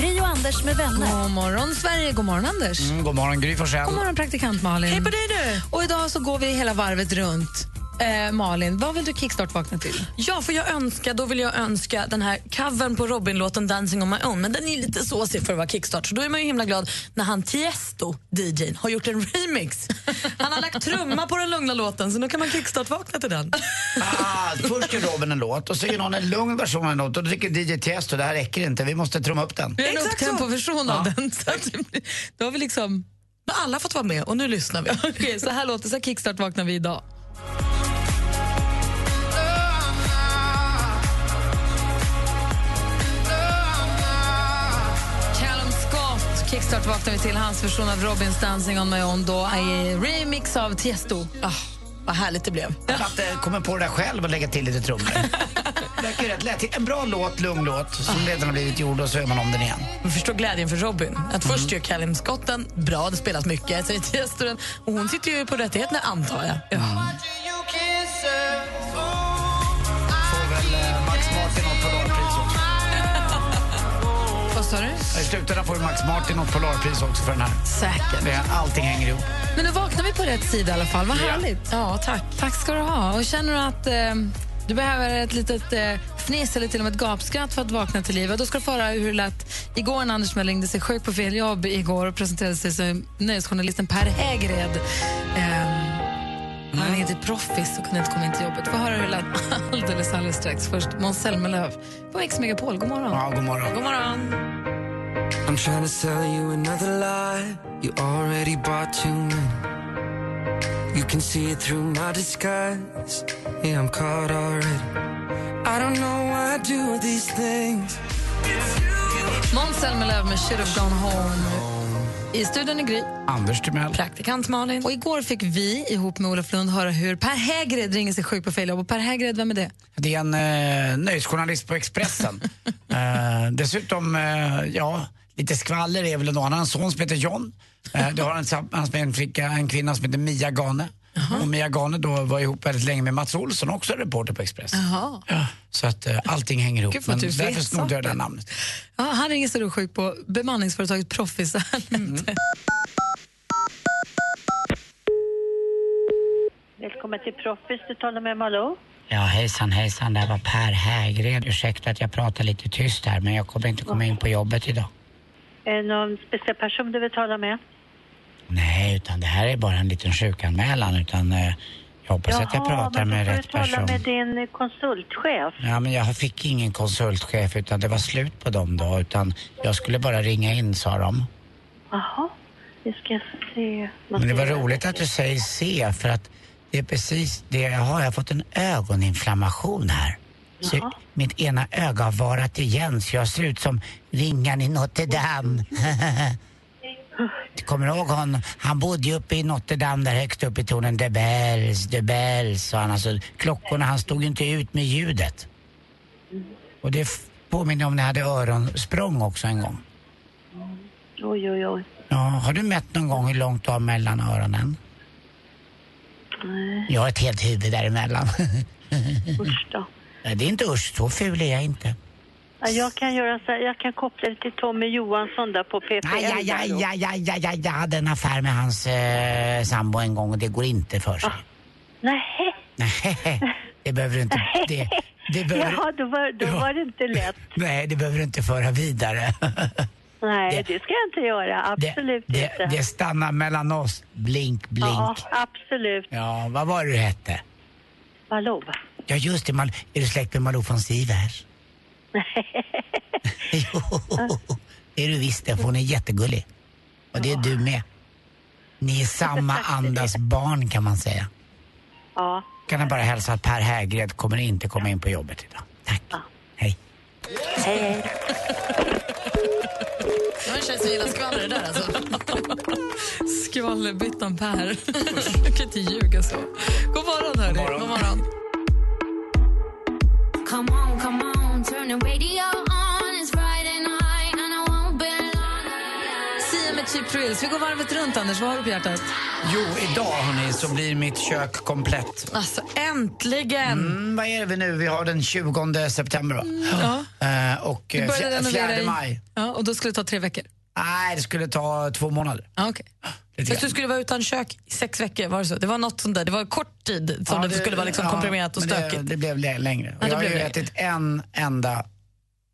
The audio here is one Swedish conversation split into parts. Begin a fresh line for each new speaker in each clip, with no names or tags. Gri och Anders med vänner.
God morgon, Sverige. God morgon, Anders.
Mm, god morgon, Gry Forssell.
God morgon, praktikant Malin.
Hej på dig du!
Och idag så går vi hela varvet runt. Eh, Malin, vad vill du kickstart-vakna till?
Ja, för jag önskar, då vill jag önska den här covern på Robin-låten Dancing on my own, men den är lite såsig för att vara kickstart, så då är man ju himla glad när han Tiesto, DJn, har gjort en remix. Han har lagt trumma på den lugna låten, så nu kan man kickstart-vakna till den.
Ah, först gör Robin en låt och så gör någon en lugn version av en låt och då tycker DJ Tiesto det här räcker inte, vi måste trumma upp den.
Vi har en
Exakt så.
upptempo-version av den. Så att, då har vi liksom...
Då har alla fått vara med och nu lyssnar vi.
Okej, så här låter det. Så här kickstart-vaknar vi idag. Callum Scott Kickstart vaknar vi till hans version av Robins Dancing on my own då i remix av Tiesto.
Ah, vad härligt det blev.
Jag satt, eh, kommer på det där själv och lägga till lite trummor. Det Verkar ju rätt lätt. En bra låt, lugn låt, som redan har blivit gjord och så gör man om den igen.
Man förstår glädjen för Robin. Att först gör Callum skotten, bra, det spelas mycket, säger Tiesto den. Och hon sitter ju på rättigheterna, antar jag. Ja.
Får väl eh, Max Martin något Polarpris också.
Vad sa du?
I slutändan får ju Max Martin något Polarpris också för den här.
Säkert.
Det, allting hänger ihop.
Men nu vaknar vi på rätt sida i alla fall. Vad
Ja.
härligt.
Ja, tack.
Tack ska du ha. Och känner du att eh, du behöver ett litet eh, fniss eller till och med ett gapskratt för att vakna till liv, ja, då ska du få höra hur det lät igår när Anders Mell ringde sig sjuk på fel jobb igår och presenterade sig som nöjesjournalisten Per Hägred. Eh, han är inte ett proffs och kunde inte komma in till jobbet. Få höra hur det lät alldeles, alldeles strax. Först Måns Zelmerlöw på Mix Megapol. God morgon.
Ja, god morgon.
God morgon.
I'm trying to sell you another lie. You already bought too many. You can see it through my disguise. Yeah, I'm caught already. I don't know why I do these things.
Måns Zelmerlöw med Should have gone home. I studion i Gry.
Anders Timell.
Praktikant Malin.
Och igår fick vi ihop med Olof Lund höra hur Per Hägred ringer sig sjuk på fel jobb. Och Per Hägred, vem är det?
Det är en eh, nöjesjournalist på Expressen. eh, dessutom, eh, ja, lite skvaller är väl en annan son som heter John. Eh, du har en tillsammans med en, flicka, en kvinna som heter Mia Gane. Och Mia Gane då var ihop väldigt länge med Mats Olsson, också reporter på Expressen.
Jaha.
Ja, så att eh, allting hänger ihop.
Gud, vad du vet
därför snodde jag det här
saker.
namnet.
Ja, han ringer sig då sjuk på bemanningsföretaget Proffis. Mm.
Välkommen till Proffis, du talar med Malou.
Ja, hejsan hejsan, det här var Per Hägred. Ursäkta att jag pratar lite tyst här, men jag kommer inte komma in på jobbet idag.
Är det någon speciell person du vill tala med?
Nej, utan det här är bara en liten sjukanmälan, utan eh, jag hoppas att jag pratar
men då
med
får
rätt
du tala
person.
med din konsultchef.
Ja, men jag fick ingen konsultchef, utan det var slut på dem då, utan jag skulle bara ringa in, sa de.
Jaha, vi ska se. vad
Men det var
säger
roligt att du säger se, för att det är precis det jag har. Jag har fått en ögoninflammation här. Så
Jaha.
mitt ena öga har varat igen, så jag ser ut som ringan i Notre Dame. Du kommer ihåg honom? Han bodde ju uppe i Notre Dame där högst upp i tornen. De Bells, De Bells, sa han. Alltså, klockorna, han stod ju inte ut med ljudet. Och det f- påminner om när jag hade öronsprång också en gång.
Oj, oj, oj.
Ja, har du mätt någon gång hur långt du har mellan öronen?
Nej,
Jag har ett helt huvud däremellan.
usch då.
Nej, det är inte usch, så ful är jag inte.
Ja, Jag kan göra så här, jag kan koppla det till Tommy Johansson där på PPL.
Aj, aj, aj,
Malou.
aj, aj, aj, aj, jag hade en affär med hans eh, sambo en gång och det går inte för
Ah,
sig.
Nej.
Nej, det behöver du inte... Det, det behöver,
Jaha, då var, då
Ja.
var det inte lätt.
nej, det behöver du inte föra vidare.
Nej,
Det-
det ska jag inte göra.
Det,
Absolut
det,
inte.
det stannar mellan oss. Blink, blink.
ja,
Ja,
absolut.
vad var det du hette?
Malou.
Ja, just det. Mal, är du släkt med Malou von Sivers? jo, det är du visst det, för hon är jättegullig. Och det är du med. Ni är samma andas barn kan man säga.
Ja.
Kan jag bara hälsa att Per Hägred kommer inte komma in på jobbet idag. Tack. Hej.
Hej, hej.
Det var en tjej som gillar skvaller det där alltså.
Skvallerbyttan Per. Du kan inte ljuga så. God morgon, hörni. God morgon. God morgon.
Come on, come on, turn the radio on. It's Friday night and I won't be
Sia med Cheap Thrills. Vi går varvet runt, Anders. Vad har du på hjärtat?
Jo, idag hörni, så blir mitt kök komplett.
Alltså, äntligen!
Mm, vad är det vi nu? Vi har den 20 september va?
Ja.
Eh, och
Du
eh,
började
fj-
renovera
fjärde
i-
maj.
Ja, och då skulle det ta tre veckor.
Nej, det skulle ta två månader.
Ah, okay.
Lite
Fast du
grann.
skulle vara utan kök i sex veckor, var det så? Det var något sånt där. Det var kort tid som
Ja,
det, skulle vara liksom
ja,
komprimerat och
men
stökigt.
Det, det blev lä- längre. Och
det
jag har ju
blev längre.
ätit en enda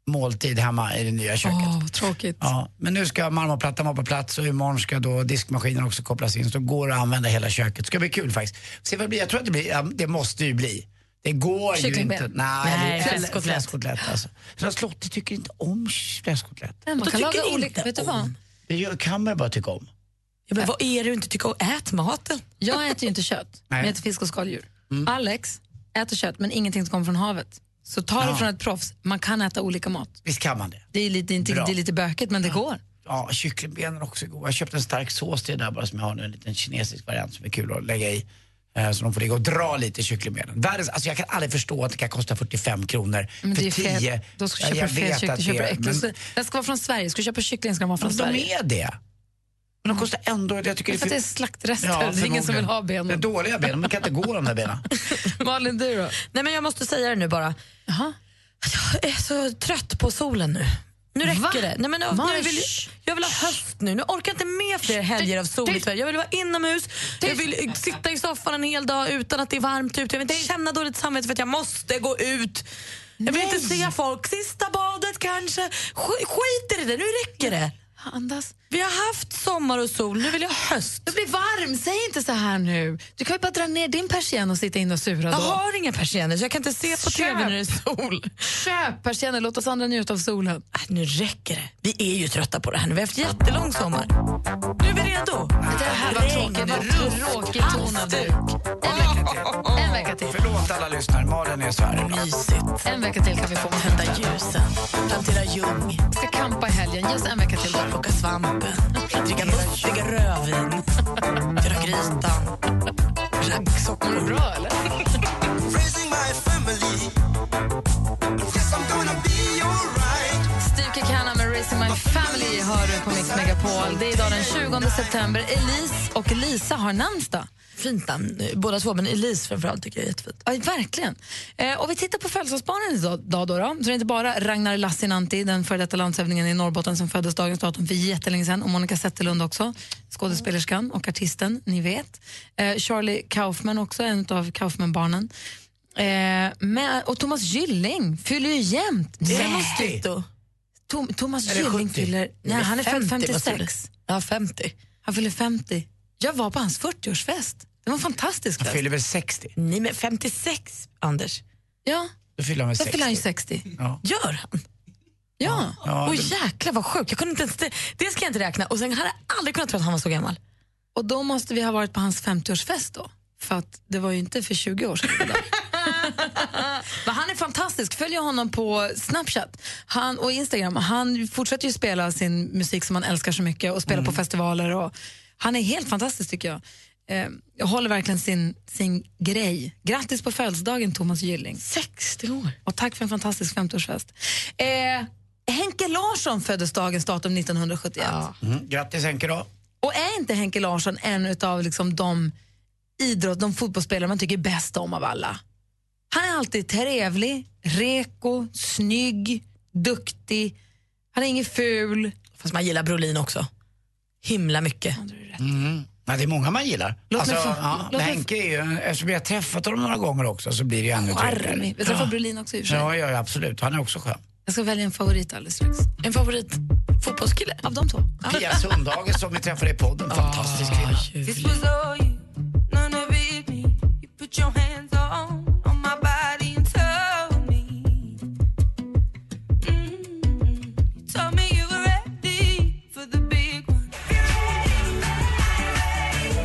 måltid hemma i det nya köket.
Åh, vad tråkigt.
Ja, men nu ska marmorplattan vara på plats och imorgon ska då diskmaskinen också kopplas in. Så då går det att använder hela köket. Det ska bli kul faktiskt. Se vad det blir. Jag tror att det blir, ja, det måste ju bli. Det går ju
Kycklingben.
inte.
Nej,
det är
fläskkotlett.
fläskkotlett alltså. Så Slottet tycker inte om fläskkotlett.
Men man
Då
kan
tycker
laga
inte
olika. Vet du vad?
om.
Det gör- kan man ju bara tycka om.
Ja, men vad är det du inte tycker om? Ät maten.
Jag äter ju inte kött, men jag äter fisk och skaldjur.
Mm.
Alex äter kött, men ingenting som kommer från havet. Så ta det
Ja.
från ett proffs. Man kan äta olika mat.
Visst kan man det?
Det är lite, inte,
Bra.
det är lite bökigt, men det går.
Ja, kycklingbenen är också goda. Jag köpte en stark sås till det där bara som jag har nu, en liten kinesisk variant som är kul att lägga i. Eh, Så de får ligga och dra lite i kycklingbenen. Världens, alltså jag kan aldrig förstå att det kan kosta 45 kronor
Men
för
det är fel.
10.
Då ska
Ja,
du köpa fel kyckling. Du köper äcklig.
men,
Den ska vara från Sverige. Ska du köpa kyckling ska den vara från
men
Sverige.
de är det. Men de kostar ändå... Jag tycker
Det är för att det är slaktrester. det är ingen som vill ha
Det är
benen.
dåliga ben, man kan inte gå de där benen.
Malin, du då?
Nej, men jag måste säga det nu bara.
Jaha.
Jag är så trött på solen nu. Nu räcker
Va?
det. Nej, men jag,
Malin,
nu vill,
shh.
jag vill ha höst nu. Nu orkar jag inte med fler helger av soligt väder. Jag vill vara inomhus, jag vill sitta i soffan en hel dag utan att det är varmt ute. Jag vill inte känna dåligt samvete för att jag måste gå ut. Jag vill inte se folk. Sista badet kanske. Sk- Skit i det där. nu räcker det.
Andas.
Vi har haft sommar och sol, nu vill jag ha höst.
Du blir varm, säg inte så här nu. Du kan ju bara dra ner din persienn och sitta inne och sura
Jag
då.
har inga persienner så jag kan inte se på tv när det är sol.
Köp persienner, låt oss andra njuta av solen.
Äh, Nu räcker det. Vi är ju trötta på det här nu. Vi har haft jättelång sommar. Nu är vi redo.
Det här var tråkigt. Vad tråkig ton av dig. En vecka till. En vecka till.
Förlåt alla lyssnare, Malin är så här idag.
Mysigt.
En vecka till kan vi få.
Tända ljusen, plantera ljung,
Vi ska kampa i helgen. Ge oss en vecka till. då.
plocka svampen, dricka doftiga rödvin, göra grytan, raggsockor.
Bra, eller?
raising my family. Yes, I'm gonna be alright.
Steve Kekana med Raising My Family hör du på Mix Megapol. Det är idag den 20 september. Elise och Lisa har namnsdag.
Fint namn, eh, båda två, men Elise framförallt tycker jag är jättefint.
Ja, verkligen. Eh, och vi tittar på födelsedagsbarnen idag. Då, då, då. Så det är inte bara Ragnar Lassinantti, den före detta landshövdingen i Norrbotten som föddes dagens datum för jättelänge sedan, och Monica Zetterlund också, skådespelerskan och artisten, ni vet. Eh, Charlie Kaufman också, en av Kaufman-barnen. Eh, men, och Thomas Gylling fyller ju jämt.
Måste då?
Tom, Thomas
Är det
Gylling
70?
fyller... Nej, han är född
50, måste
56.
Ja, 50.
Han fyller 50. Jag var på hans 40-årsfest. Det var en fantastisk
Du
fest.
fyller väl 60?
Nej, men 56, Anders.
Ja,
Du fyller väl
då
60?
fyller han ju 60.
Ja.
Gör han?
Ja.
Ja,
Åh
det-
jäklar vad sjukt. Jag kunde inte ens, det, det ska jag inte räkna. Och sen hade jag aldrig kunnat tro att han var så gammal.
Och då måste vi ha varit på hans 50-årsfest då. För att det var ju inte för 20 år sedan. det där. Men han är fantastisk. Följ honom på Snapchat han, och Instagram. Han fortsätter ju spela sin musik som han älskar så mycket och spela på festivaler. Och, han är helt fantastisk tycker jag. Eh, jag håller verkligen sin, sin grej. Grattis på födelsedagen Thomas Gylling.
60 år.
Och tack för en fantastisk 50-årsfest. Eh, Henke Larsson föddes dagens datum 1971.
Mm. Grattis Henke då.
Och är inte Henke Larsson en av liksom de idrott, de fotbollsspelare man tycker bäst om av alla? Han är alltid trevlig, reko, snygg, duktig. Han är ingen ful.
Fast man gillar Brolin också. Himla mycket.
Ja, Mm. det är många man gillar.
Låt
alltså,
mig få-
ja,
låt
men
mig
Henke är ju, eftersom vi har träffat honom några gånger också så blir det ju ännu
Charmig. Vi träffade
Ja.
Brolin också i och för sig.
Ja, ja, ja, absolut. Han är också skön.
Jag ska välja en favorit alldeles strax.
En favorit fotbollskille.
Av de två. Ja.
Pia Sundhage som vi träffade i podden, fantastisk kvinna.
This was all you, none of it me. You put your hands on on my body and told me. Mm, you told me you were ready for the big one.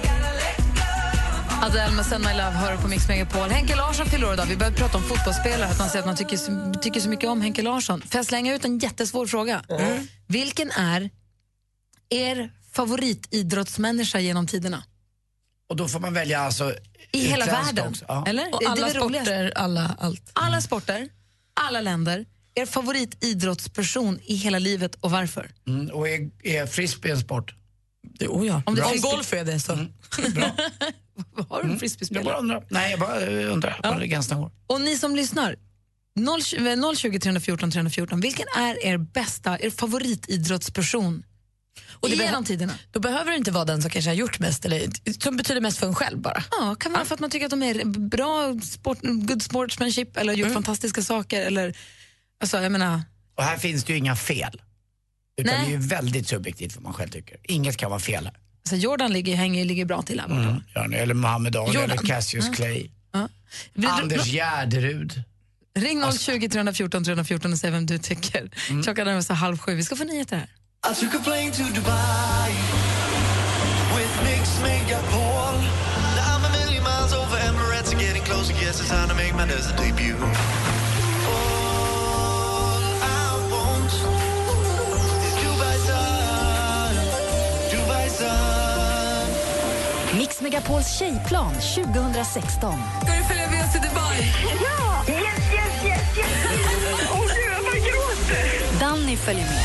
Gotta let go.
Adele med Send My Love hör du på Mix Megapol. Henke Larsson fyller år idag. Vi började prata om fotbollsspelare, att man säger att man
Mm.
tycker så, tycker så mycket om Henke Larsson. Får jag slänga ut en jättesvår fråga? Vilken är er favoritidrottsmänniska genom tiderna?
Och då får man välja alltså...
I hela
utländskt
världen?
också. Ja.
Eller?
Och
Det är
alla
väl roligast.
sporter, alla allt.
Alla sporter, alla länder. Er favoritidrottsperson i hela livet och varför?
Mm, och är, är frisbee en sport?
Jo, oh ja. Om,
det
om golf är det så.
Har du en frisbeespelare?
Mm. Jag bara undrar. Nej, jag bara eh, undrar. Bara ganska snabbt.
Och ni som lyssnar, eh, 020 020 314 314, vilken är er bästa, er favoritidrottsperson
Och det
genom
behö-
tiderna?
Då behöver det inte vara den som kanske har gjort mest, eller som betyder mest för en själv bara.
Ja, kan vara för att man tycker att de är bra, sport, good sportsmanship eller gjort fantastiska saker eller, alltså jag menar,
Och här finns det ju inga fel. Utan
Nej.
det är ju väldigt subjektivt vad man själv tycker. Inget kan vara fel här.
alltså Jordan ligger, hänger, ligger bra till här borta.
Mm. Gör ni? Eller Muhammed Ali,
Jordan.
eller Cassius
Ja.
Clay.
Ja. Vi-
Anders Gärderud.
Ring 020 314 314 och säg vem du tycker. Klockan närmar sig halv sju. Vi ska få nyheter här.
I took a plane to Dubai with Mix Megapol. Now I'm a million miles over Emirates and getting closer. Guess it's time to make my desert debut. All I want is Dubai sun, Dubai sun.
Mix Megapols tjejplan 2016.
Ska du följa med oss till Dubai?
Ja! Yes, yes, yes, yes! Åh gud, jag bara gråter! Danny följer med.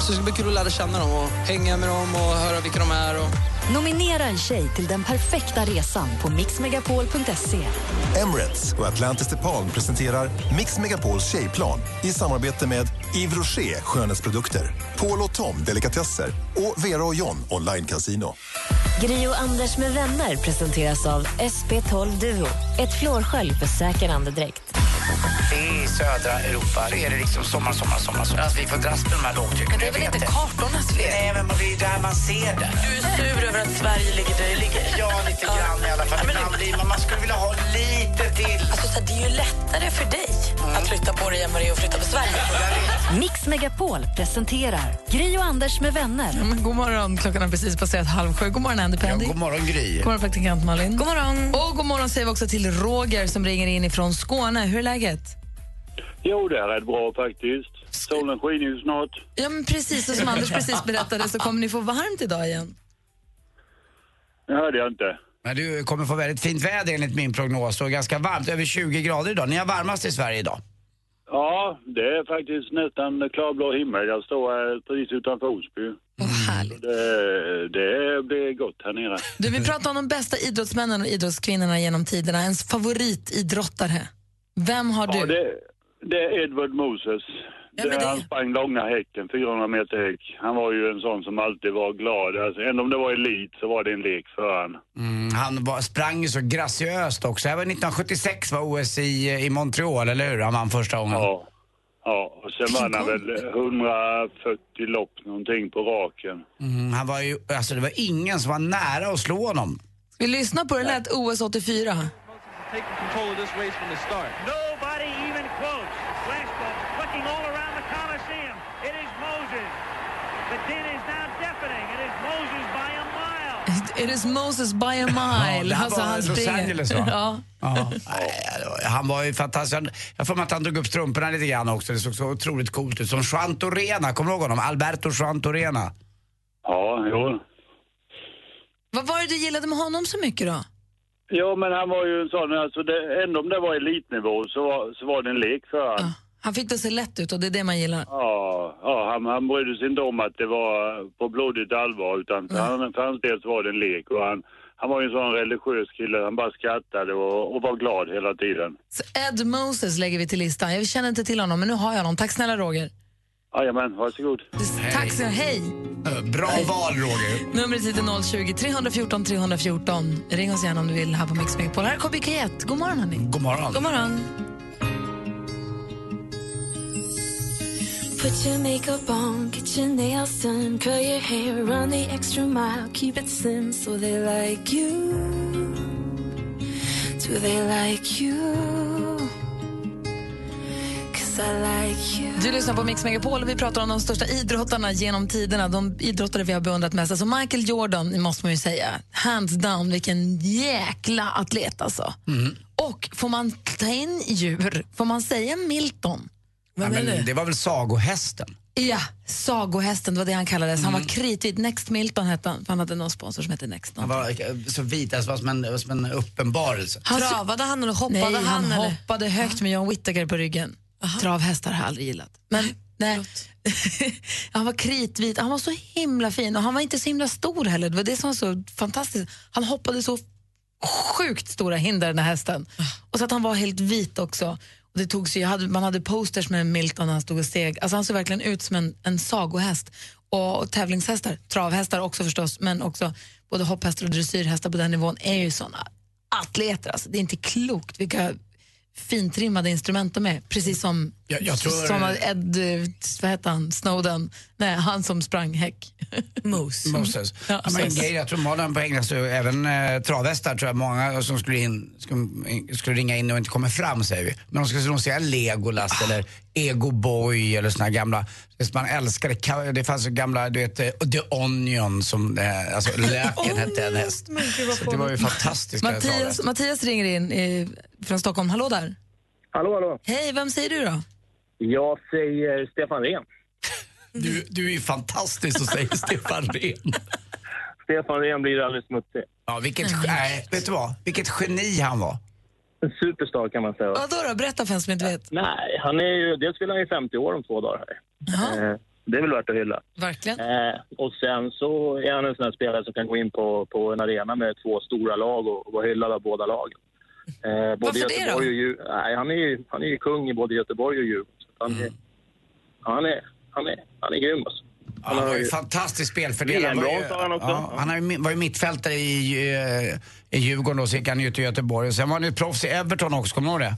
Så det ska bli kul att lära känna dem och hänga med dem och höra vilka de är. Och...
Nominera en tjej till den perfekta resan på mixmegapol.se.
Emirates och Atlantis de Palm presenterar Mix Megapols tjejplan i samarbete med Yves Rocher skönhetsprodukter, Paul och Tom delikatesser och Vera och John online casino.
Gri och Anders med vänner presenteras av SP12 Duo. Ett flårskölj för säker andedräkt.
I södra Europa så är det liksom sommar, sommar, sommar. sommar. Alltså, vi får dras med de här lågtrycken.
Det är väl inte kartornas fel?
Nej, men det är där man ser det.
Du är sur över att Sverige ligger där det ligger.
Ja, lite grann i alla fall. Ibland blir man- man skulle vilja ha lite till. Mm.
Alltså, så här, det är ju lättare för dig att flytta på dig än vad det är att flytta på Sverige.
Mix Megapol presenterar Gri och Anders med vänner.
Men Mm, god morgon, klockan har precis passerat halv sju. God morgon Andy Pandy.
god morgon Gry.
God morgon praktikant Malin. God morgon. Och god morgon säger vi också till Roger som ringer in ifrån Skåne. Hur är läget?
Jo, det är rätt bra faktiskt. Solen skiner ju snart.
Ja men precis, och som Anders precis berättade så kommer ni få varmt idag igen.
Det hörde jag inte.
Men du kommer få väldigt fint väder enligt min prognos och ganska varmt, över 20 grader idag. Ni har varmast i Sverige idag.
Ja, det är faktiskt nästan klarblå himmel. Jag står här precis utanför Osby.
härligt.
Det, det blir gott här nere.
Du, vi pratar om de bästa idrottsmännen och idrottskvinnorna genom tiderna. Ens favoritidrottare. Vem har du?
Ja, det, det är Edward Moses.
Ja,
det,
men det-
Han sprang långa häcken, 400 meter häck. Han var ju en sån som alltid var glad. Alltså, även om det var elit så var det en lek för han.
Mm, han var, sprang ju så graciöst också. Det var 1976 var OS i, eh, i Montreal, eller hur? Han vann första gången.
Ja. Ja, och sen vann han väl 140 lopp någonting på raken.
Mm, han var ju, alltså det var ingen som var nära att slå honom.
Vi lyssnar på hur det lät OS 84.
taking control of this race from the start. Nobody even close. Flashbulb clicking all around the Coliseum. It is Moses. The din is now deafening. It is Moses by a mile.
It is Moses by a mile.
det här
alltså,
var
han
Los
springer.
Angeles, va?
Ja.
Ja. Nej, Han var ju fantastisk. Han- Jag får mig att han drog upp strumporna lite grann också. Det såg så otroligt coolt ut. Som Juantorena, kommer du ihåg honom? Alberto Juantorena.
Ja, jo.
Vad var det du gillade med honom så mycket då?
Ja, men han var ju en sån, alltså det, ändå om det var elitnivå så var, så var det en lek för han.
Han fick det att se lätt ut och det är det man gillar.
Ja, ja han, han brydde sig inte om att det var på blodigt allvar utan
Ah.
för, han, för hans del så var det en lek och han, han var ju en sån religiös kille, han bara skrattade och, och var glad hela tiden.
Så Ed Moses lägger vi till listan. Jag känner inte till honom men nu har jag honom. Tack snälla Roger.
Jajamän, varsågod.
Tack så hej.
Bra val, Roger.
Numret hit är 020 314 314. Ring oss gärna om du vill här på Mix Megapol. Här är KBK1. God morgon hörni.
God morgon.
God morgon.
Put your makeup on, get your nails done, curl your hair, run the extra mile, keep it slim so they like you. Do they like you? Cause I like you.
Du lyssnar på Mix Megapol och vi pratar om de största idrottarna genom tiderna. De idrottare vi har beundrat mest. Alltså Michael Jordan, måste man ju säga. Hands down, vilken jäkla atlet alltså.
Mm.
Och får man ta in djur? Får man säga Milton?
Ja, men det var väl sagohästen?
Ja, sagohästen, det var det han kallades. Han var kritvit. Next Milton hette han, för han hade någon sponsor som hette Next.
Han var eh, så vit, alltså var som en, som en uppenbarelse.
Travade han eller hoppade
Nej, han
han, eller?
hoppade högt med John Whittaker på ryggen. Travhästar har jag aldrig gillat. Men nej. han var kritvit, han var så himla fin och han var inte så himla stor heller. Det var det som var så fantastiskt. Han hoppade så sjukt stora hinder den här hästen. Och så att han var helt vit också. Och det tog sig, jag hade, man hade posters med Milton när han stod och steg. Alltså han såg verkligen ut som en, en sagohäst. Och, och tävlingshästar, travhästar också förstås, men också både hopphästar och dressyrhästar på den nivån är ju såna atleter. Alltså, det är inte klokt vilka fintrimmade instrument de är. Precis som
Jag- jag tror-
som Ed, eh, vad heter han, Snowden, nej han som sprang häck. Moses.
Moses.
Mm. Ja,
Ja, men
precis.
grejen, jag tror Malin på England, så även eh, travhästar tror jag många som skulle, in, skulle, in- skulle ringa in och inte kommer fram säger vi. Men de skulle nog säga Legolas
Ah.
eller Ego Boy eller såna här gamla, det man älskade, ka- det fanns så gamla, du vet, eh, The Onion som, eh, alltså löken hette en häst. Så det var ju fantastiska
Mattias,
travhästar.
Mattias ringer in eh, från Stockholm. Hallå där.
Hallå, hallå.
Hej, vem säger du då?
Jag säger Stefan Rehn.
Du, du är ju fantastisk och säger Stefan Rehn.
Stefan Rehn blir alldeles smutsig.
Ja, vilket, nej, vet du vad? Vilket geni han var.
En superstar kan man säga.
Vadå då? Berätta för en som inte vet.
Nej, han är ju, dels fyller han ju 50 år om två dagar här. Eh, Det är väl värt att hylla.
Verkligen.
Eh, och sen så är han en sån här spelare som kan gå in på, på en arena med två stora lag och, och vara hyllad av båda lagen. Eh, både
Varför det
Göteborg Och Djur, nej, han, är ju, han är ju kung i både Göteborg och Djurgården. Så Han,
Mm.
är, han, är, han, är, han är grym alltså.
Han var ju fantastisk spelfördelare. Han var ju-
VM-brons har han också.
Ja, han har ju mi- var ju mittfältare i, eh, i Djurgården och så gick han ju till Göteborg. Och sen var han ju proffs i Everton också, kommer du ihåg det?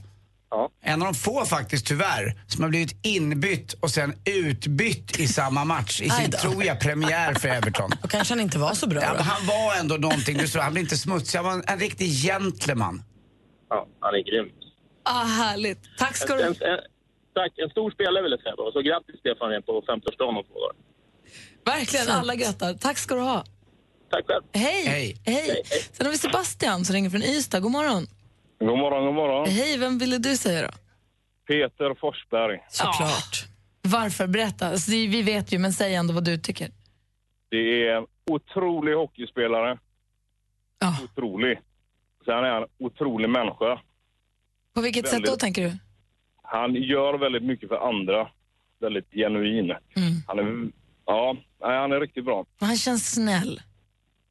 Ja.
En av de få faktiskt, tyvärr, som har blivit inbytt och sen utbytt i samma match. I
Aj
sin,
då.
tror jag, premiär för Everton.
Då kanske han inte var så bra.
Ja,
då.
men han var ändå någonting, du såg, han blev inte smutsig. Han var en, en riktig gentleman.
Ja, han är grym.
Ah, härligt. Tack ska
En,
du
en, tack, en stor spelare vill jag säga. Och så grattis Stefan Rehn på 50-årsdagen om två dagar.
Verkligen, alla grattar. Tack ska du ha.
Tack själv.
Hej. Hej. Sen har vi Sebastian som ringer från Ystad. God morgon.
God morgon, god morgon.
Hej, vem ville du säga då?
Peter Forsberg.
Ja. Varför? Berätta. Alltså, det, vi vet ju, men säg ändå vad du tycker.
Det är en otrolig hockeyspelare. Otrolig. Sen är han en otrolig människa.
På vilket
Väldigt.
sätt då, tänker du?
Han gör väldigt mycket för andra. Väldigt genuin.
Mm.
Han är, ja, nej, han är riktigt bra.
Men Han känns snäll.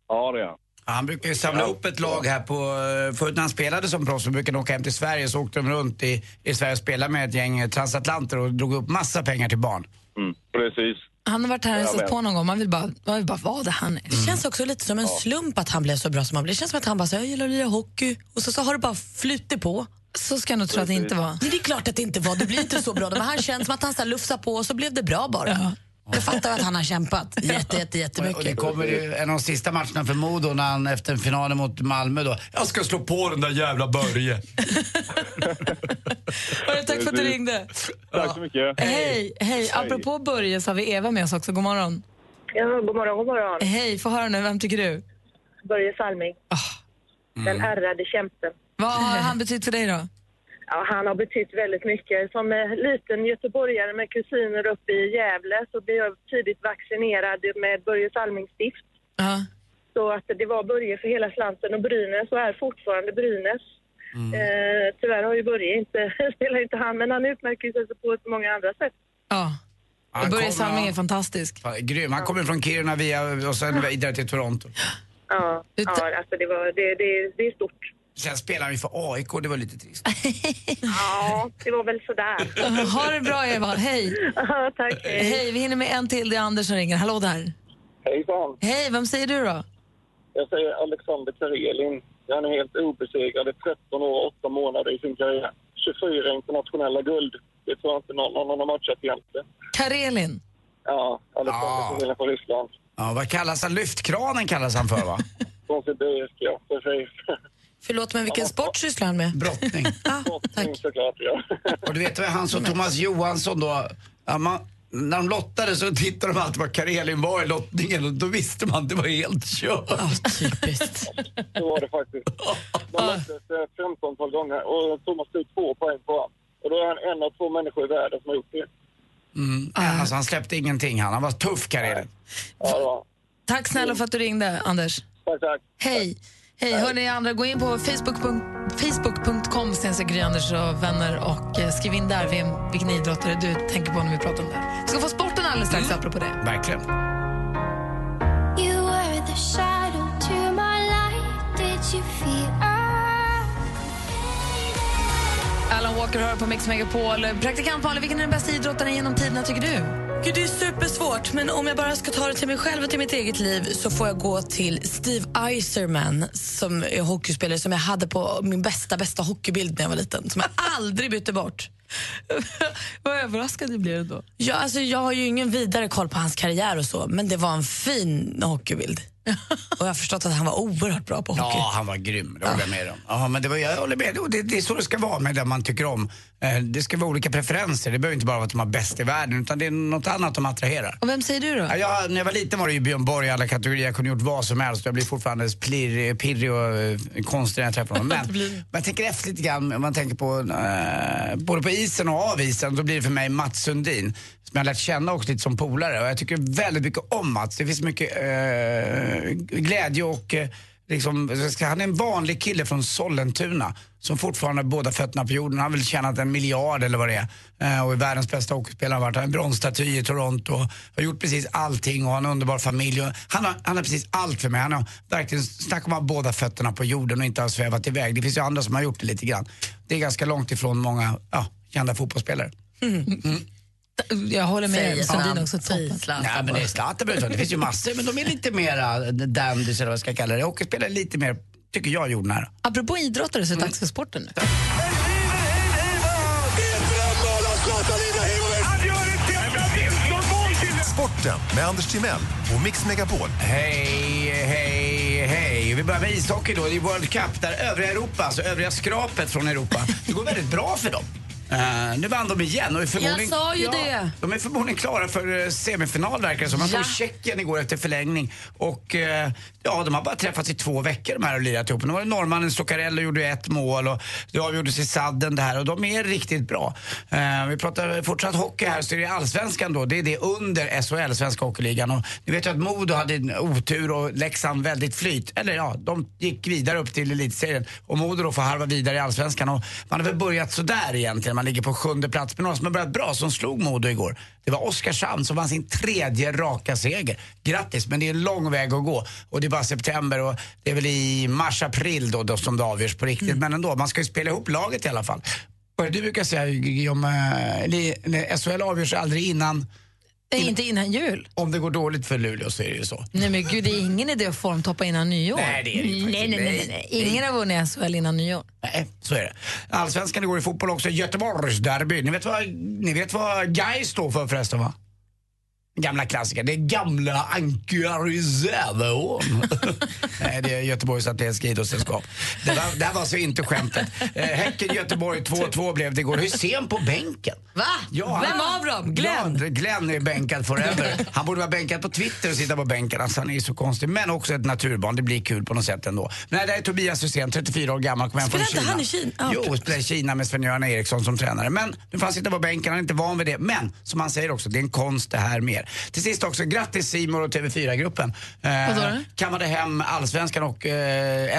Ja, det är han.
Han brukar ju samla upp ett lag här på... eh, Förut när han spelade som proffs så brukade de åka hem till Sverige så åkte de runt i, i Sverige och spelade med ett gäng eh, transatlanter och drog upp massa pengar till barn.
Mm, Precis.
Han har varit här och
Ja,
hälsat
men-
på någon gång. Man vill bara, man vill bara vara där han är.
Det känns också lite som en slump att han blev så bra som han blev. Det känns som att han bara, så, här, jag gillar att lira hockey och så, så har det bara flutit på.
Så ska jag nog tro att det inte var.
Nej, det är klart att det inte var. Det blir inte så bra. Men han känns som att han så här lufsar på och så blev det bra bara. Jag fattar att han har kämpat jätte, jätte, jättemycket.
Och det kommer ju en av de sista matcherna för Modo när han efter finalen mot Malmö då. Jag ska slå på den där jävla Börje.
Tack för att du
Precis.
ringde.
Tack så mycket.
Hej, hej. Apropå Börje så har vi Eva med oss också. God morgon.
Ja, god morgon, god morgon.
Hej, få höra nu. Vem tycker du?
Börje Salming. Den ärrade kämpen.
Vad har han betytt för dig då?
Ja, han har betytt väldigt mycket. Som eh, liten göteborgare med kusiner uppe i Gävle så blev jag tidigt vaccinerad med Börje Salmings stift. Så att det var Börje för hela slanten och Brynäs och är fortfarande Brynäs. Eh, tyvärr har ju Börje inte, spelar inte han, men han utmärker sig på så många andra sätt.
Ja.
Han
Börje
kom,
Salming
ja.
är fantastisk.
Fan, Grym. Han kommer från Kiruna via, och sen vidare till Toronto.
Ja, ja alltså det, var, det, det, det är stort.
Sen spelade han ju för AIK, det var lite trist.
Ja, det var väl sådär.
Ha det bra, Eva. Hej.
Tack.
Hej, vi hinner med en till. Det är Anders som ringer. Hallå där.
Hejsan!
Hej, vem säger du då?
Jag säger Alexander Karelin. Han är helt obesegrad i 13 år och 8 månader i sin karriär. 24 internationella guld. Det tror jag inte någon, någon har matchat jämte.
Karelin.
Ja, Alexander
Ja.
Karelin från Ryssland.
Ja, vad kallas han? Lyftkranen kallas han för va?
Från sitt DSK, precis.
Förlåt, men vilken sport sysslar han med?
Brottning.
Tack. Såklart, ja.
Och du vet vad han som Thomas Johansson då, ja, man, när de lottade så tittade de alltid vad Karelin var i lottningen och då visste man att det var helt kört.
typiskt.
Så var det faktiskt. Man möttes eh, 15 gånger och Thomas tog två poäng på honom. Och då är han en av två människor i världen som har gjort det.
Mm. Alltså han släppte ingenting han, han var tuff Karelin.
Tack snälla för att du ringde, Anders. Hej. Hej, hörni andra, gå in på facebook.com facebook.com snedstreck Gry Anders och vänner och eh, skriv in där vem, vilken idrottare du tänker på när vi pratar om det här. Vi ska få sporten alldeles strax
Mm.
apropå det.
Verkligen.
You were the shadow to my light. Did you feel
Alan Walker hör på Mix Megapol. Praktikant Malin, vilken är den bästa idrottaren genom tiderna tycker du?
Gud, det är supersvårt, men om jag bara ska ta det till mig själv och till mitt eget liv så får jag gå till Steve Eiserman som är hockeyspelare som jag hade på min bästa, bästa hockeybild när jag var liten, som jag aldrig bytte bort. Vad överraskad du blev då. Ja, alltså, jag har ju ingen vidare koll på hans karriär och så, men det var en fin hockeybild. och jag har förstått att han var oerhört bra på hockey. Ah.
Ja, han var grym, det håller jag med om. Ja, men det var, jag håller med, Och det, det är så det ska vara med det man tycker om. Eh, Det ska vara olika preferenser, det behöver inte bara vara att de är bäst i världen utan det är något annat de attraherar.
Och vem säger du då?
Ja, jag, när jag var liten var det ju Björn Borg i alla kategorier. Jag kunde gjort vad som helst. Jag blir fortfarande plirrig, pirrig och eh, konstig när jag träffar honom. Men, men jag tänker efter lite grann. Om man tänker på eh, både på isen och av isen. Då blir det för mig Mats Sundin. Som jag har lärt känna också lite som polare. Och jag tycker väldigt mycket om Mats. Det finns mycket eh, glädje och eh, Liksom, jag ska- han är en vanlig kille från Sollentuna som fortfarande har båda fötterna på jorden. Han har väl tjänat en miljard eller vad det är. Eh, och är världens bästa hockeyspelare. Han har varit Han har en bronsstaty i Toronto. Har gjort precis allting och har en underbar familj. Och han, har, han har precis allt för mig. Han har verkligen, snacka om att ha båda fötterna på jorden och inte har svävat iväg. Det finns ju andra som har gjort det lite grann. Det är ganska långt ifrån många ja, kända fotbollsspelare.
Mm. Jag håller
Säg
med
Zlatan.
Sundin också. Toppen.
Nej, men det är Zlatan behöver inte vara. Det finns ju massor, men de är lite mera dandys eller vad jag ska kalla det. Hockeyspelare är lite mer, tycker jag, Mm. jordnära.
Apropå idrottare så är det dags för sporten nu.
Sporten med Anders Timell och Mix Megapol.
Hej, hej, hej. Vi börjar med ishockey då. Det är World Cup där övriga Europa, alltså övriga skrapet från Europa, det går väldigt bra för dem. Eh, nu vann de igen och är förmodligen...
Jag sa ju det.
De är förmodligen klara för eh, semifinal verkar det som. Man
Ja.
ja. Tjeckien igår efter förlängning och eh, ja, de har bara träffats i två veckor de här och lirat ihop. Nu var det norrmannen Stoccarello gjorde ju ett mål och det avgjordes i sadden det här och de är riktigt bra. Eh, vi pratar fortsatt hockey här så är det allsvenskan då. Det är det under SHL, Svenska Hockeyligan. Och ni vet ju att Modo hade en otur och Leksand väldigt flyt. Eller ja, de gick vidare upp till elitserien och Modo då får harva vidare i allsvenskan. Och man har väl börjat sådär egentligen. Man ligger på sjunde plats. Men några som har börjat bra, som slog Modo igår, det var Oskarshamn som vann sin tredje raka seger. Grattis, men det är en lång väg att gå. Och det är bara september och det är väl i mars, april då, då som det avgörs på riktigt. Men ändå, man ska ju spela ihop laget i alla fall. Vad är det du brukar säga Gigi, om eh, li- nej, SHL avgörs aldrig innan...
Nej, inte innan jul.
Om det går dåligt för Luleå så är det ju så.
Nej men gud, det är ingen idé att formtoppa innan nyår.
Nej, det är det ju faktiskt
nej, nej, nej, nej.
inte.
Ingen har vunnit SHL innan nyår.
Nej, så är det. Allsvenskan igår i fotboll också, Göteborgsderby. Ni vet vad, ni vet vad Gais står för förresten va? Gamla klassiker. Det är gamla Ankara Sävehof. Nej, det är Göteborgs Atletiska Idrottssällskap. Det, där- det här var alltså inte skämtet. Eh, Häcken-Göteborg 2-2 blev det igår. Hysén på bänken.
Va? Vem av dem? Glenn?
Ja, Glenn är bänkad forever. Han borde vara bänkad på Twitter och sitta på bänken. Alltså, han är ju så konstig. Men också ett naturbarn. Det blir kul på något sätt ändå. Men nej, det här är Tobias Hysén, 34 år gammal, kommer hem från
Spelar
Kina.
inte han i Kina? Ah, Ja,
jo, spelar i Kina med Sven-Göran Eriksson som tränare. Men nu får han sitta på bänken, han är inte van vid det. Men som han säger också, det är en konst det här mer. Till sist också, grattis Simor och TV4-gruppen.
Vadå då?
Eh, kammade hem allsvenskan och eh,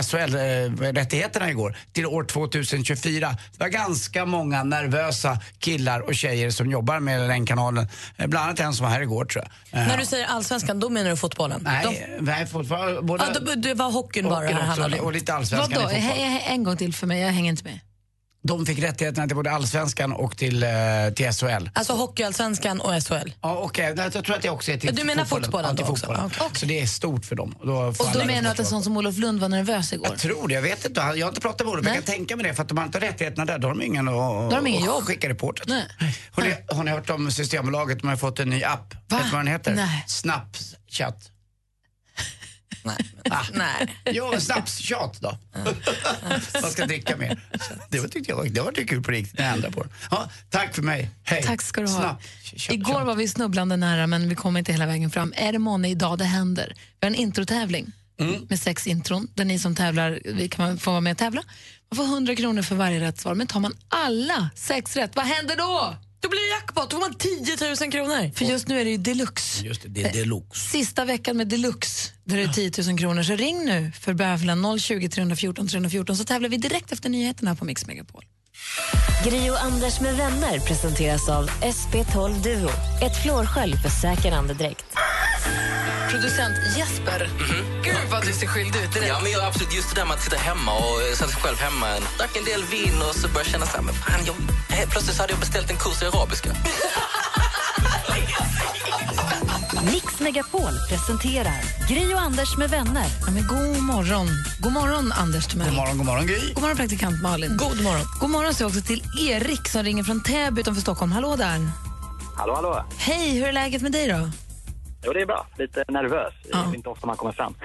SHL-rättigheterna igår till år 2024. Det var ganska många nervösa killar och tjejer som jobbar med den kanalen. Eh, Bland annat en som var här igår tror jag. Eh,
När du säger allsvenskan, då menar du fotbollen? De...
Nej, nej, fortfarande- eh, både-
Ja, då- det var hockeyn bara
Hockeyn
det här
också,
handlade om.
och lite allsvenskan
Vadå?
i fotboll.
He- he- En gång till för mig, jag hänger inte med.
De fick rättigheterna till både allsvenskan och till, eh, till SHL.
Alltså hockeyallsvenskan och SHL.
Ja, okej. Nej, Jag tror att det också är till
Du menar fotbollen
Ja, till
då också?
fotbollen. Så det är stort för dem. Och då, får
Och
alla
då menar du
lägga
att en
bort
sån som Olof Lund var nervös igår?
Jag tror det. Jag vet inte. Jag har inte pratat med Olof. Jag kan tänka mig det. För att de har inte rättigheterna där. Då har de ingen att då
har de ingen jobb.
skicka reporter till.
Nej.
Har, ni, har ni hört om Systembolaget? De har fått en ny app. Vet du vad den heter?
Nej.
Snapchat. Nej. Nej. Ah. Jo, snapstjat då. Man ska dricka mer. Det var, tyckte jag, var- det var kul på riktigt när jag ändrade på det. Ja, tack för mig. Hej.
Tack ska du ha.
Snapchat.
Igår var vi snubblande nära men vi kom inte hela vägen fram. Är det månne idag det händer? Vi har en introtävling
Mm.
med sex intron där ni som tävlar vi kan få vara med och tävla. Man får 100 kronor för varje rätt svar. Men tar man alla sex rätt, vad händer då?
Då blir det jackpot. Då får man 10 000 kronor.
För just nu är det ju deluxe.
Just det, det är deluxe.
Eh, Sista veckan med deluxe, där det är 10 000 kronor. Så ring nu för bövelen 020 314 314 så tävlar vi direkt efter nyheterna på Mix Megapol.
Gri och Anders med vänner presenteras av SP12 Duo. Ett flårskölj för säker andedräkt.
Producent Jesper, gud vad du ser skyldig ut direkt.
Mhm. Ja, men jag är absolut just det där med att sitta hemma och eh, sätta sig själv hemma. Drack en del vin och så började jag känna så här, men fan, jag, helt plötsligt så hade jag beställt en kurs i arabiska.
Mix Megapol presenterar Gri och Anders med vänner.
Ja, men god morgon. God morgon, Anders Timell. God
morgon, god morgon, Gry.
God morgon, praktikant Malin. God morgon. God morgon så också till Erik som ringer från Täby utanför Stockholm. Hallå där.
Hallå, hallå.
Hej, hur är läget med dig då?
Jo, det är bra. Lite nervös. Det är inte ofta man kommer fram.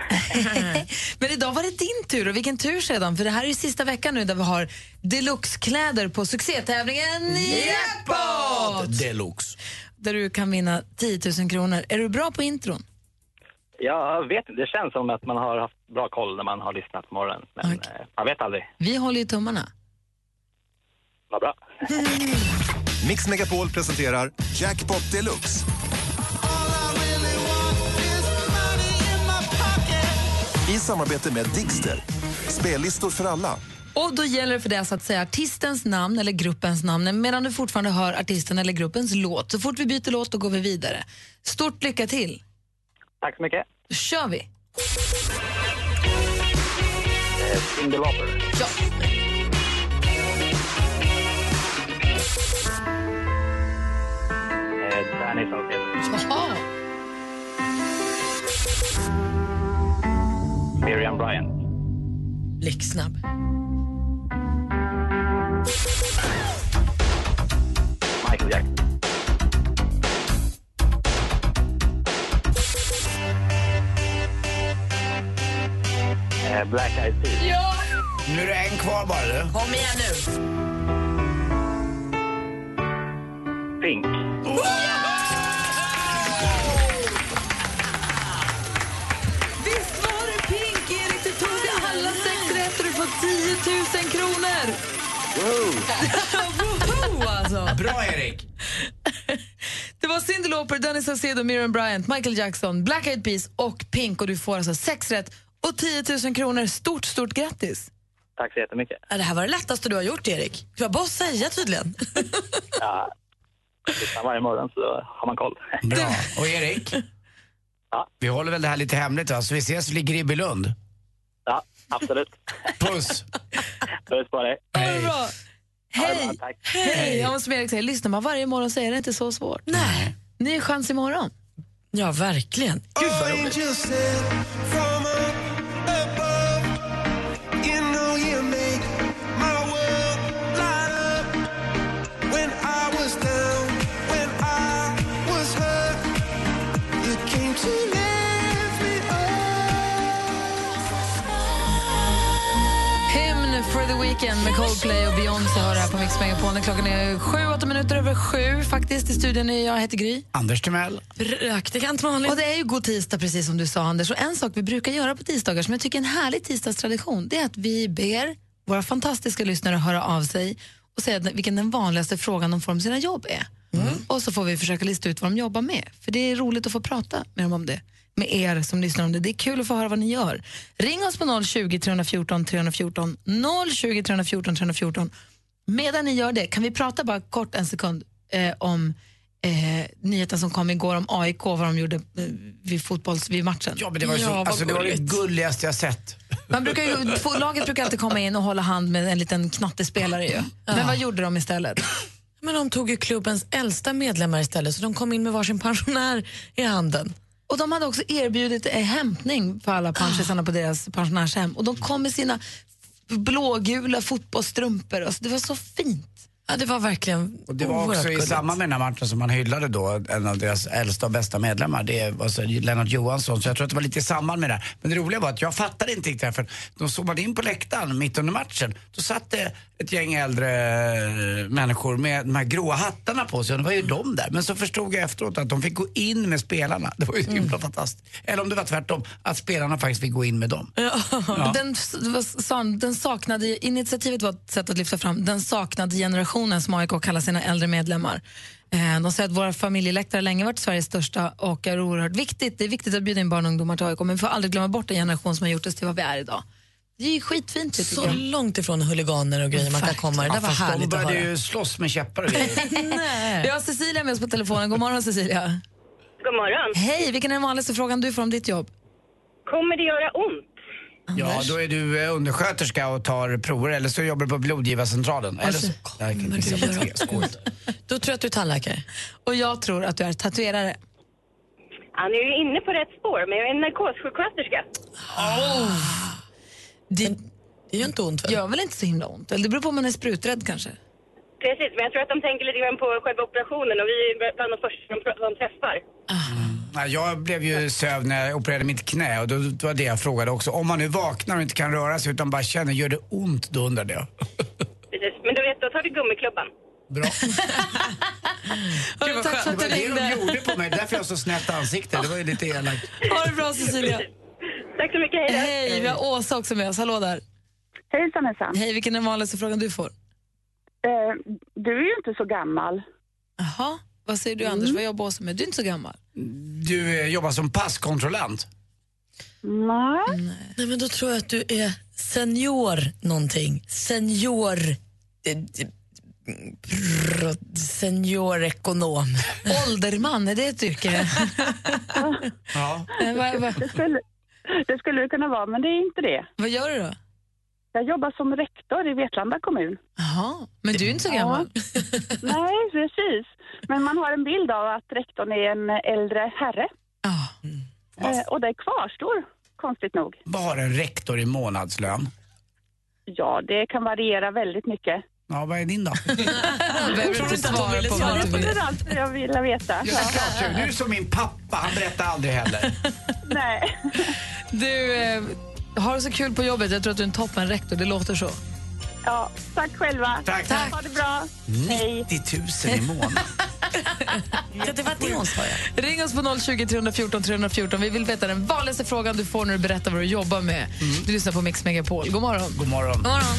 Men idag var det din tur och vilken tur sedan för det här är ju sista veckan nu där vi har deluxe-kläder på succétävlingen Jackpot!
Deluxe.
Där du kan vinna 10 000 kronor. Är du bra på intron?
Jag vet inte. Det känns som att man har haft bra koll när man har lyssnat på morgonen. Men eh, man vet aldrig.
Vi håller ju tummarna.
Vad bra.
Mix Megapol presenterar Jackpot Deluxe. I samarbete med Digster. Spellistor för alla.
Och då gäller det för dig alltså att säga artistens namn eller gruppens namn medan du fortfarande hör artisten eller gruppens låt. Så fort vi byter låt då går vi vidare. Stort lycka till!
Tack så mycket.
Då kör vi!
Eh, Cyndi Lauper.
Ja.
Eh, Danny Saucedo.
Jaha.
Miriam Bryant.
Blixtsnabb.
Michael Jackson. Eh, Black Eyed Peas.
Ja! Nu är det en kvar bara du.
Kom igen nu.
Pink.
Visst var det Pink, Erik? Du tog alla sex rätt och du får 10 000 kronor! Woho, alltså.
Bra, Erik!
Det var Cyndi Lauper, Dennis Saucedo, Miriam Bryant, Michael Jackson, Black Eyed Peas och Pink. Och Du får alltså sex rätt och 10 000 kronor. Stort, stort grattis!
Tack så jättemycket.
Ja, Det här var det lättaste du har gjort, Erik. Du var bara att säga tydligen.
Ja, lyssnar varje morgon så har man koll.
Bra. Och Erik? Vi håller väl det här lite hemligt va? Så vi ses vid Gribbylund.
Ja, absolut.
Puss!
Puss på dig.
Hej. Bra. Hej! Hej! Ja, men som Erik säger, lyssnar man varje morgon så är det inte så svårt. Nej. Ny chans imorgon.
Ja, verkligen. Gud vad roligt.
Hymn for the weekend med Coldplay och Beyoncé har det här på Mix Megapol. Klockan är sju, åtta minuter över sju faktiskt. I studion är jag, heter Gry.
Anders Timell.
Praktikant Malin.
Och det är ju god tisdag precis som du sa Anders. Och en sak vi brukar göra på tisdagar som jag tycker är en härlig tisdagstradition, det är att vi ber våra fantastiska lyssnare höra av sig och säga den- vilken den vanligaste frågan de får om sina jobb är. Och så får vi försöka lista ut vad de jobbar med. För det är roligt att få prata med dem om det. Med er som lyssnar om det. Det är kul att få höra vad ni gör. Ring oss på 020 314 314. 020 314 314. Medan ni gör det, kan vi prata bara kort en sekund eh, om eh, nyheten som kom igår om AIK, vad de gjorde eh, vid fotbolls, vid matchen.
Ja, men det var ju så, alltså, det, var det gulligaste jag sett.
Man brukar ju, två, laget brukar alltid komma in och hålla hand med en liten knattespelare ju. Men vad gjorde de istället?
Men de tog ju klubbens äldsta medlemmar istället så de kom in med varsin pensionär i handen.
Och de hade också erbjudit eh, hämtning för alla pensionärsarna på deras pensionärshem. Och de kom med sina f- blågula fotbollsstrumpor. Alltså, det var så fint.
Ja, det var verkligen
Och det var också i samband med den här matchen som man hyllade då en av deras äldsta och bästa medlemmar, det var alltså Lennart Johansson. Så jag tror att det var lite i samband med det här. Men det roliga var att jag fattade inte riktigt det här för de zoomade in på läktaren mitt under matchen. Då satt det ett gäng äldre eh, människor med de här gråa hattarna på sig och det var ju de där. Men så förstod jag efteråt att de fick gå in med spelarna. Det var
Mm.
ju himla fantastiskt. Eller om det var tvärtom, att spelarna faktiskt fick gå in med dem.
Den, s- vad sa han? den saknade, initiativet var ett sätt att lyfta fram den saknade Nationen som AIK kallar sina äldre medlemmar. Eh, De säger att våra familjeläktare har länge varit Sveriges största och är oerhört viktigt. Det är viktigt att bjuda in barn och ungdomar till AIK men vi får aldrig glömma bort den generation som har gjort oss till vad vi är idag. Det är ju skitfint tycker
Så
jag.
långt ifrån huliganer och grejer man kan komma. Det där var
fast de
härligt att
började
höra.
ju slåss med käppar och grejer.
Vi har Cecilia med oss på telefonen. God morgon Cecilia.
God morgon.
Hej, vilken är den vanligaste frågan du får om ditt jobb?
Kommer det göra ont?
Ja, då är du eh, undersköterska och tar prover eller så jobbar du på blodgivarcentralen. Eller så... Nej, jag kan inte säga vad det är. Skål.
Då tror jag att du är tandläkare.
Och jag tror att du är tatuerare.
Ja, ni är ju inne på rätt spår, men jag är en narkossjuksköterska.
Ah. Det, gör inte ont väl? Gör väl inte så himla ont? Eller det beror på om man är spruträdd kanske.
Precis, men jag tror att de tänker lite grann på själva operationen och vi är ju bland de första de, pr- de träffar.
Nej, Jag blev ju sövd när jag opererade mitt knä och då då var det jag frågade också. Om man nu vaknar och inte kan röra sig utan bara känner, gör det ont? Då undrade jag.
Precis. Men du vet, då tar du gummiklubban.
Hörru, tack
Det
för att
var
du
det de
ringde.
gjorde på mig, därför jag har så snett ansikte. Det var ju lite elakt.
Ha det bra Cecilia.
Tack så mycket, hej
Hej, vi har Åsa också med oss. Hallå där.
Hejsan hejsan.
Hej, vilken är den vanligaste frågan du får?
Eh, du är ju inte så gammal.
Jaha, vad säger du
Mm.
Anders? Vad jobbar Åsa med? Du är inte så gammal.
Du eh, jobbar som passkontrollant.
Nej. Nej, men då tror jag att du är senior någonting. Senior... eh, eh, pr- Seniorekonom.
Ålderman, är det ett yrke?
Ja.
Eh,
Det, skulle, det skulle det kunna vara, men det är inte det.
Vad gör du då?
Jag jobbar som rektor i Vetlanda kommun.
Jaha, men du är inte så gammal.
Nej, precis. Men man har en bild av att rektorn är en äldre herre.
Ah.
Eh, och det kvarstår, konstigt nog.
Vad har en rektor i månadslön?
Ja, det kan variera väldigt mycket.
Ja, vad är din då?
behöver inte svara på
Ja,
vad
det
du vill.
skulle allt jag vilja veta.
Ja, såklart. Du är som min pappa, han berättar aldrig heller.
Nej.
Du, eh, har det så kul på jobbet. Jag tror att du är en toppenrektor, det låter så.
Ja, tack själva.
Tack. Tack.
Ha det bra.
90 000 i månaden.
Ja, det var det hon sa, ja.
Ring oss på 020 314 314. Vi vill veta den vanligaste frågan du får när du berättar vad du jobbar med. Du lyssnar på Mix Megapol. God morgon.
Mm. God morgon. God
morgon.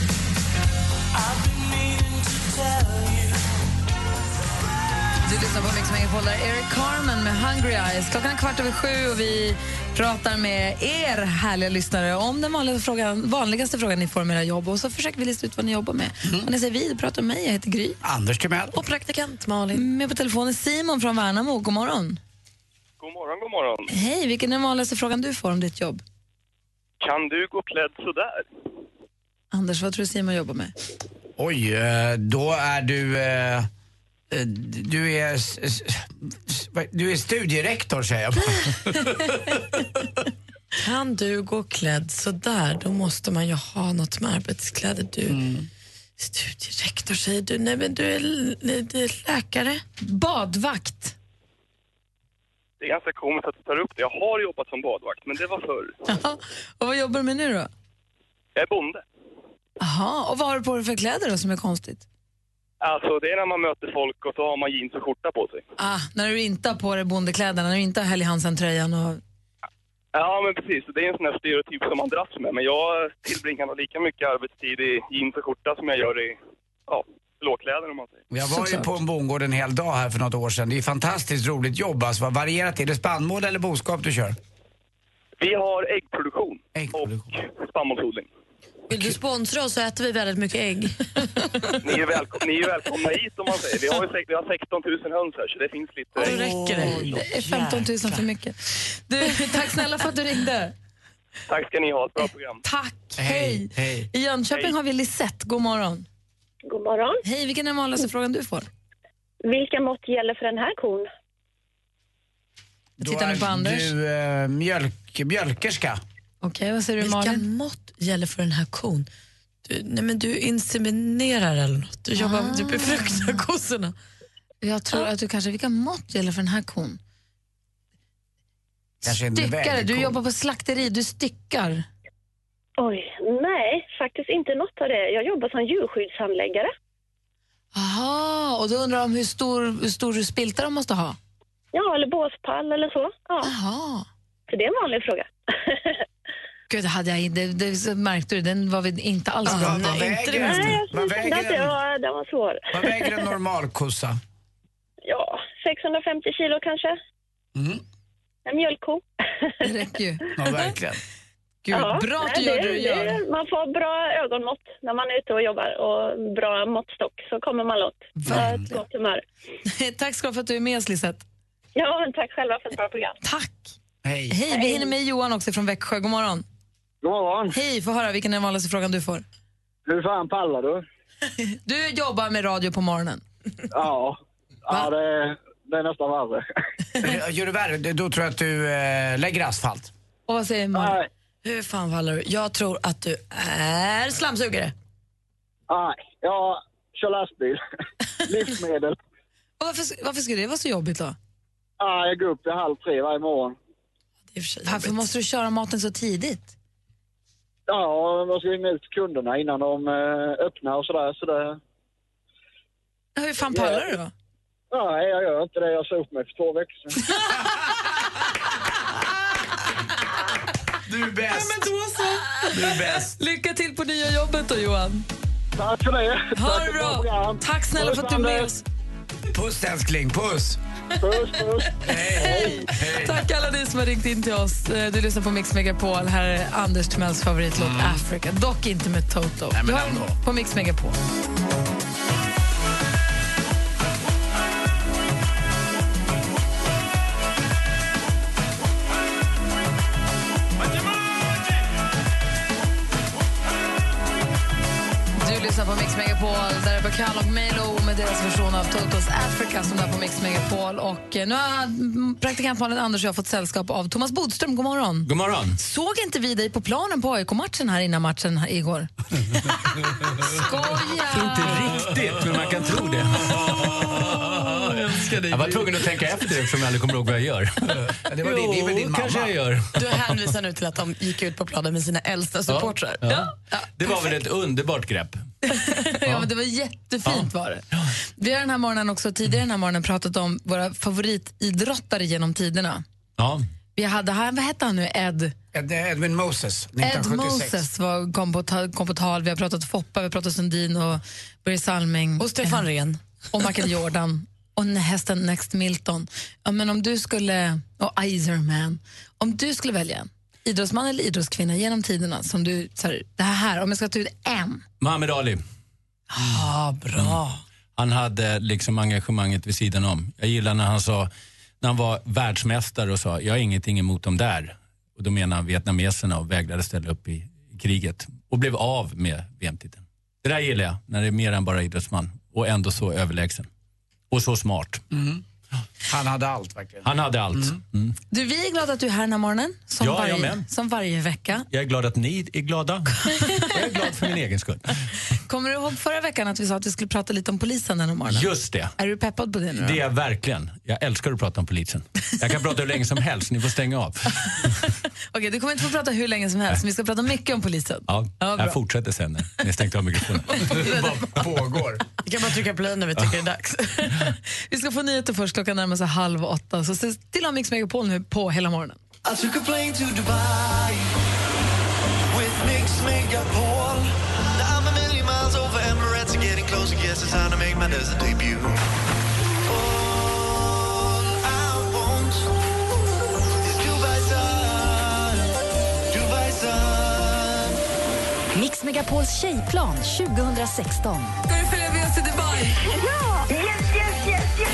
Du lyssnar på Mix Megapol, där Eric Carmen med Hungry Eyes. Klockan är kvart över sju och vi pratar med er härliga lyssnare om den vanliga frågan, vanligaste frågan ni får om era jobb och så försöker vi lista ut vad ni jobbar med. Och när jag säger vi, då pratar om mig. Jag heter Gry.
Anders Timell.
Mm. Och praktikant Malin. Med på telefonen Simon från Värnamo. God morgon.
God morgon, god morgon.
Hej, vilken är den vanligaste frågan du får om ditt jobb?
Kan du gå klädd sådär?
Anders, vad tror du Simon jobbar med?
Oj, eh, då är du... eh, eh, Du är, s- s- s- vad- du är studierektor, säger jag.
Kan du gå klädd så där? då måste man ju ha något med arbetskläder. Du
Mm.
studierektor säger du, nej men du är, l- du är läkare.
Badvakt.
Det är ganska komiskt att du tar upp det. Jag har jobbat som badvakt, men det var förr.
Jaha. och vad jobbar du med nu då?
Jag är bonde.
Jaha, och vad har du på dig för kläder då som är konstigt?
Alltså, det är när man möter folk och så har man jeans och skjorta på sig.
Ah, när du inte har på dig bondekläderna, när du inte har Helly Hansen-tröjan och...
Ja, men precis. Det är en sån här stereotyp som man dras med. Men jag tillbringar nog lika mycket arbetstid i jeans och skjorta som jag gör i ja, lågkläder, om man säger.
Jag var ju på en bondgård en hel dag här för något år sedan. Det är ju fantastiskt roligt jobb. Alltså, vad varierat är det? Spannmål eller boskap du kör?
Vi har äggproduktion, och spannmålsodling.
Vill du sponsra oss så äter vi väldigt mycket ägg.
Ni är, välkom- ni är välkomna hit, om man säger. Vi har, ju sek- vi har 16 000 höns här, så det finns lite...
Då räcker det. Det är 15 000 för mycket. Du, tack snälla för att du ringde.
Tack ska ni ha. Ett bra program.
Tack. Hej. I Jönköping har vi Lisette. God morgon.
God morgon.
Hej, vilken är den vanligaste frågan du får?
Vilka mått gäller för den här kon?
Då
tittar nu på
är
Anders.
du eh, mjölk, mjölkerska.
Okej, vad säger du
Malin? Vilka mått gäller för den här kon? Du, nej men du inseminerar eller något. Du, jobbar,
Ah.
du befruktar kossorna.
Jag tror att du kanske... Vilka mått gäller för den här kon?
Kanske en
Styckare, du
väderkon.
jobbar på slakteri, du styckar.
Oj, nej, faktiskt inte något av det. Jag jobbar som djurskyddshandläggare.
Aha, och då undrar de hur stor, hur stor spilta de måste ha?
Ja, eller båspall eller så. Ja.
Aha.
Så det är en vanlig fråga.
gud, hade jag, in- det, det, så märkte du, den var vi inte alls
Ja,
bra.
vad väger den?
Nej, jag
Vad
kände att
väger
det
den?
var, den var svår.
Vad väger en normal kossa?
Ja, 650 kilo kanske.
Mm.
En mjölkko.
Det räcker ju.
Ja, verkligen.
Gud, bra att du
nej,
gör det du gör.
det- Man får bra ögonmått när man är ute och jobbar och bra måttstock så kommer man långt. Bra ett gott humör.
Tack ska du ha för att du är med oss, Lisette.
Ja, men tack själva för ett bra program.
Tack!
Hej.
Hej, vi hinner med Johan också från Växjö. God morgon.
God morgon.
Hej, få höra vilken är den vanligaste frågan du får.
Hur fan pallar du?
Du jobbar med radio på morgonen.
Ja, ja det, det är nästan värre.
Gör du värre, då tror jag att du eh, lägger asfalt.
Och vad säger Malin?
Hur fan vallar du? Jag tror att du är slamsugare.
Nej, jag kör lastbil. Livsmedel.
Och varför, varför ska det vara så jobbigt då?
Ja, jag går upp till halv tre varje morgon.
Varför måste du köra maten så tidigt?
Ja, jag ska ringa ut till kunderna innan de eh, öppnar och sådär. Så det,
Hur fan pallar du då?
nej, jag gör inte det. Jag sa upp mig för två veckor sedan.
Du är bäst!
men då så.
Du är bäst.
Lycka till på nya jobbet då Johan.
Tack för det.
Ha
Tack
det
för bra
bra.
program.
Tack snälla för att du är med oss.
Puss älskling, puss!
Puss, puss.
Hej!
Tack alla ni som har ringt in till oss. Eh, Du lyssnar på Mix Megapol. Här är Anders Timells favoritlåt Africa. Dock inte med Toto.
men
du har den
ändå.
på Mix Megapol. Du lyssnar på Mix Megapol, där är Bacall och Melo med deras version av Totos Africa som är på Mix Megapol. Och eh, nu har mm, praktikant Malin Anders och jag fått sällskap av Thomas Bodström. God morgon.
God morgon.
Såg inte vi dig på planen på AIK-matchen här innan matchen här igår? Skoja!
Ah.
Riktigt, men man kan tro det. Jag älskar dig. Jag var tvungen att tänka efter eftersom jag aldrig kommer ihåg vad jag gör.
Det var din, det är väl din mamma?
kanske jag gör.
Du hänvisar nu till att de gick ut på planen med sina äldsta supportrar.
Ja. Det var väl ett underbart grepp.
ja, men det var jättefint var det. Vi har den här morgonen också tidigare den här morgonen pratat om våra favoritidrottare genom tiderna.
Ja.
Vi hade han, vad hette han nu, Ed?
Ed, Edwin Moses,
Ed
1976.
Moses var, kom, på, ta- kom på tal, vi har pratat Foppa, vi har pratat Sundin och Börje Salming. Och
Stefan
Rehn. Och Michael Jordan. Och den här hästen Next Milton. Ja, men om du skulle, och Iserman. Om du skulle välja en idrottsman eller idrottskvinna genom tiderna som du, så här, det här, om jag ska ta ut en.
Muhammad Ali. Mm.
Ja, bra.
Han hade liksom engagemanget vid sidan om. Jag gillar när han sa, när han var världsmästare och sa, jag har ingenting emot dem där. Och då menar han vietnameserna och vägrade ställa upp i kriget och blev av med VM-titeln. Det där gillar jag, när det är mer än bara idrottsman och ändå så överlägsen. Och så smart.
Mm. Han hade allt verkligen.
Han hade allt. Mm.
Du, vi är glada att du är här den här morgonen, som,
Ja, jag
varje,
med.
som varje vecka.
Jag är glad att ni är glada. Jag är glad för min egen skull.
Kommer du ihåg förra veckan att vi sa att vi skulle prata lite om polisen den här morgonen?
Just det.
Är du peppad på det nu? då?
Det är jag verkligen. Jag älskar att prata om polisen. Jag kan prata hur länge som helst, ni får stänga av.
Okej, du kommer inte få prata hur länge som helst, men vi ska prata mycket om polisen.
Ja,
Ja, bra.
jag fortsätter sen när ni har stängt av mikrofonen.
Vad pågår?
Vi kan bara trycka play när vi tycker det är dags.
Vi ska få nyheter först, klockan närmar sig halv åtta. Så se till att ha Mix Megapol nu på hela morgonen.
I took a plane to Dubai with Mix Megapol. Now I'm a million miles over Emirates and getting closer. Guess it's time to make my desert debut. All I want is Dubai sun, Dubai sun.
Mix Megapols tjejplan 2016.
Ska du följa med oss till Dubai?
Ja! Yes, yes, yes, yes!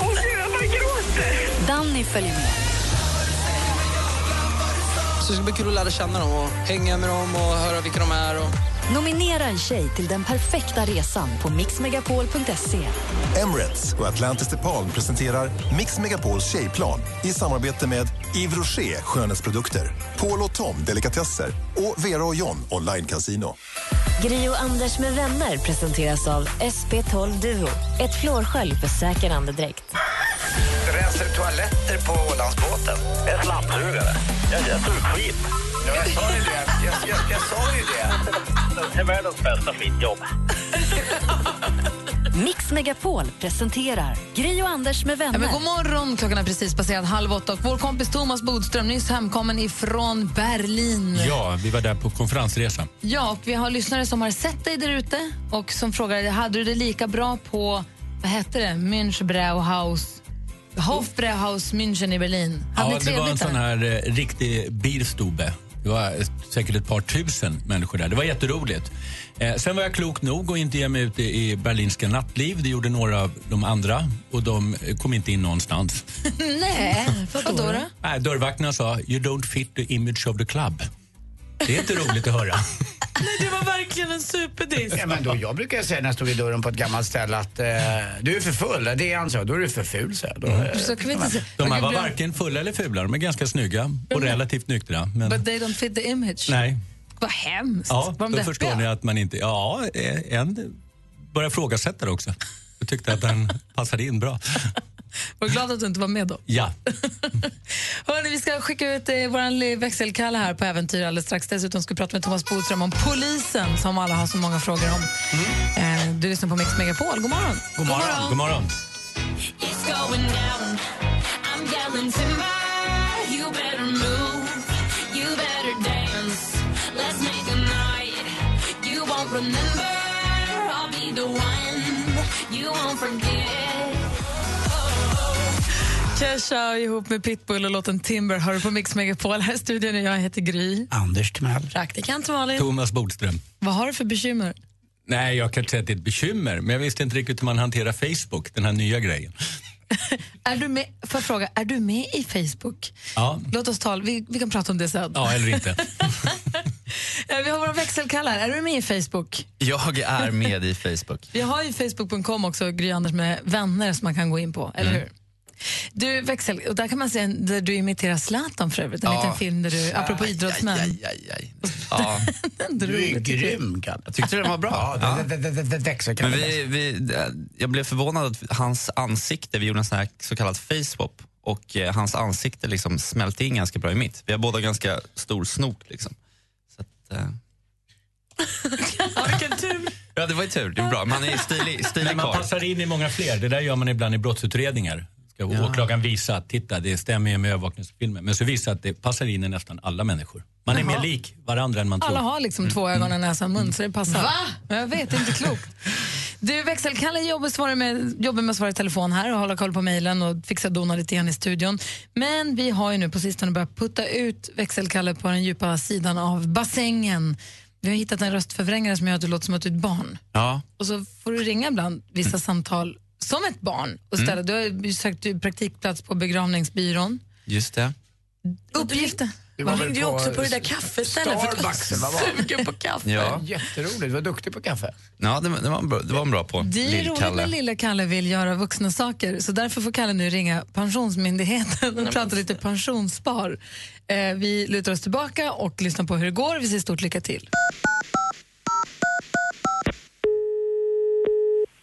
Åh, gud, jag bara gråter! Danny följer med.
Så det ska bli kul att lära känna dem och hänga med dem och höra vilka de är. Och...
Nominera en tjej till den perfekta resan på mixmegapol.se.
Emirates och Atlantis DePaul presenterar Mix Megapols tjejplan i samarbete med Yves Rocher skönhetsprodukter, Paul och Tom delikatesser och Vera och John online casino.
Gri och Anders med vänner presenteras av SP12 Duo. Ett flårskölj för säker andedräkt.
Rensar du toaletter på Ålandsbåten? En slamsugare. Jag är skit. Jag sa ju det. Jag, jag, jag sa ju det. Det är världens bästa skitjobb.
Mix Megapol presenterar Gri och Anders med
Ja,
vänner.
men god morgon, klockan har precis passerat halv åtta och vår kompis Thomas Bodström nyss hemkommen ifrån Berlin.
Ja, vi var där på konferensresa.
Ja, och vi har lyssnare som har sett dig där ute och som frågar dig, hade du det lika bra på, vad hette det, Münch Brauhaus? Hofbrauhaus München i Berlin. Hade
Ja,
ni
det var en
trevligt
sån
där?
här eh, riktig bilstube. Det var eh, säkert ett par tusen människor där. Det var jätteroligt. Eh, sen var jag klok nog att inte ge mig ut i, i berlinska nattliv. Det gjorde några av de andra och de eh, kom inte in någonstans.
Nej,
Mm.
vadå då?
Nej, dörrvakterna sa “You don't fit the image of the club”. Det är inte roligt att höra.
Det var verkligen en superdiss. Ja, men då, jag brukar säga när jag stod i dörren på ett gammalt ställe att eh, du är för full. Det är han, så. Då är du för ful, så. Då, eh,
Mm. Så kan vi inte säga.
De här
Okej,
var
bra.
varken fulla eller fula. De är ganska snygga
Mm.
och relativt nyktra. Men,
But they don't fit the image.
nej.
Vad hemskt.
Ja,
var de
då
deppiga?
förstår ni att man inte... Ja, eh, en började ifrågasätta det också. Jag tyckte att den passade in bra.
Var du glad att du inte var med då?
Ja.
Hörrni, vi ska skicka ut eh, vår växelkalle här på äventyr alldeles strax. Dessutom ska vi prata med Thomas Bodström om polisen som alla har så många frågor om. Eh, du lyssnar på Mix Megapol. God morgon!
Mm. God morgon. God morgon.
It's going down. I'm yelling timber. You better move. You better dance. Let's make a night. You won't remember. I'll be the one. You won't forget.
Kesha ihop med Pitbull och låten Timber har du på Mix Megapol här i studion och jag heter Gry.
Anders Timell.
Praktikant Malin.
Thomas Bodström.
Vad har du för bekymmer?
Nej, jag kan inte säga att det är ett bekymmer, men jag visste inte riktigt hur man hanterar Facebook, den här nya grejen.
Är du med, får jag fråga, är du med i Facebook?
Ja,
Låt oss tala, vi, vi kan prata om det sen.
ja eller inte.
Eh, Vi har våra växelkallar. Är du med i Facebook?
Jag är med i Facebook.
Vi har ju facebook.com också, Gry Anders med vänner som man kan gå in på, eller
Mm.
hur? Du, växel, och där kan man se en, där du imiterar Zlatan för övrigt, en
Ja.
liten film där du, apropå idrottsmän.
Ja.
Du är grym,
Kalle.
Jag tyckte den var bra.
Ja, det- det- det- det- det- så kan
Men
det
vi, vi, jag blev förvånad att hans ansikte, vi gjorde en sån här så kallad facewap och eh, hans ansikte liksom smälte in ganska bra i mitt. Vi har båda ganska stor snort. Liksom. Så att, eh,
Vilken tur!
ja, det var ju tur. Det var bra. Man är stilig, stilig
Men man
karl.
passar in i många fler. Det där gör man ibland i brottsutredningar. Ska
Ja.
åklagaren visa att titta, det stämmer ju med övervakningsfilmen. Men så visar att det passar in i nästan alla människor. Man är
Jaha.
mer lik varandra än man tror. Mm.
Alla har liksom två ögon, en näsa och en mun, så det passar. Va? Jag vet, det är inte klokt. Du, växelkalle jobbar, svarar med, jobbar med att svara i telefon här och hålla koll på mejlen och fixa och dona lite grann i studion. Men vi har ju nu på sistone börjat putta ut växelkalle på den djupa sidan av bassängen. Vi har hittat en röstförvrängare som gör att du låter som att du är ett barn.
Ja.
Och så får du ringa ibland vissa
Mm.
samtal som ett barn och ställa.
Mm.
Du har ju sökt ju praktikplats på begravningsbyrån.
Just det.
Uppgiften.
Du var väl
ringde ju
på
också på det där kaffestället för att jag
Starbucks, eller vad var
var
det?
sugen på kaffe.
Ja.
Jätteroligt. Du var duktig på kaffe.
Ja, det, var- det, var en bra, det var en bra på.
Det är roligt
Lill-Kalle.
när lilla Kalle vill göra vuxna saker så därför får Kalle nu ringa Pensionsmyndigheten och prata lite pensionsspar. Eh, vi lutar oss tillbaka och lyssnar på hur det går. Vi säger stort lycka till.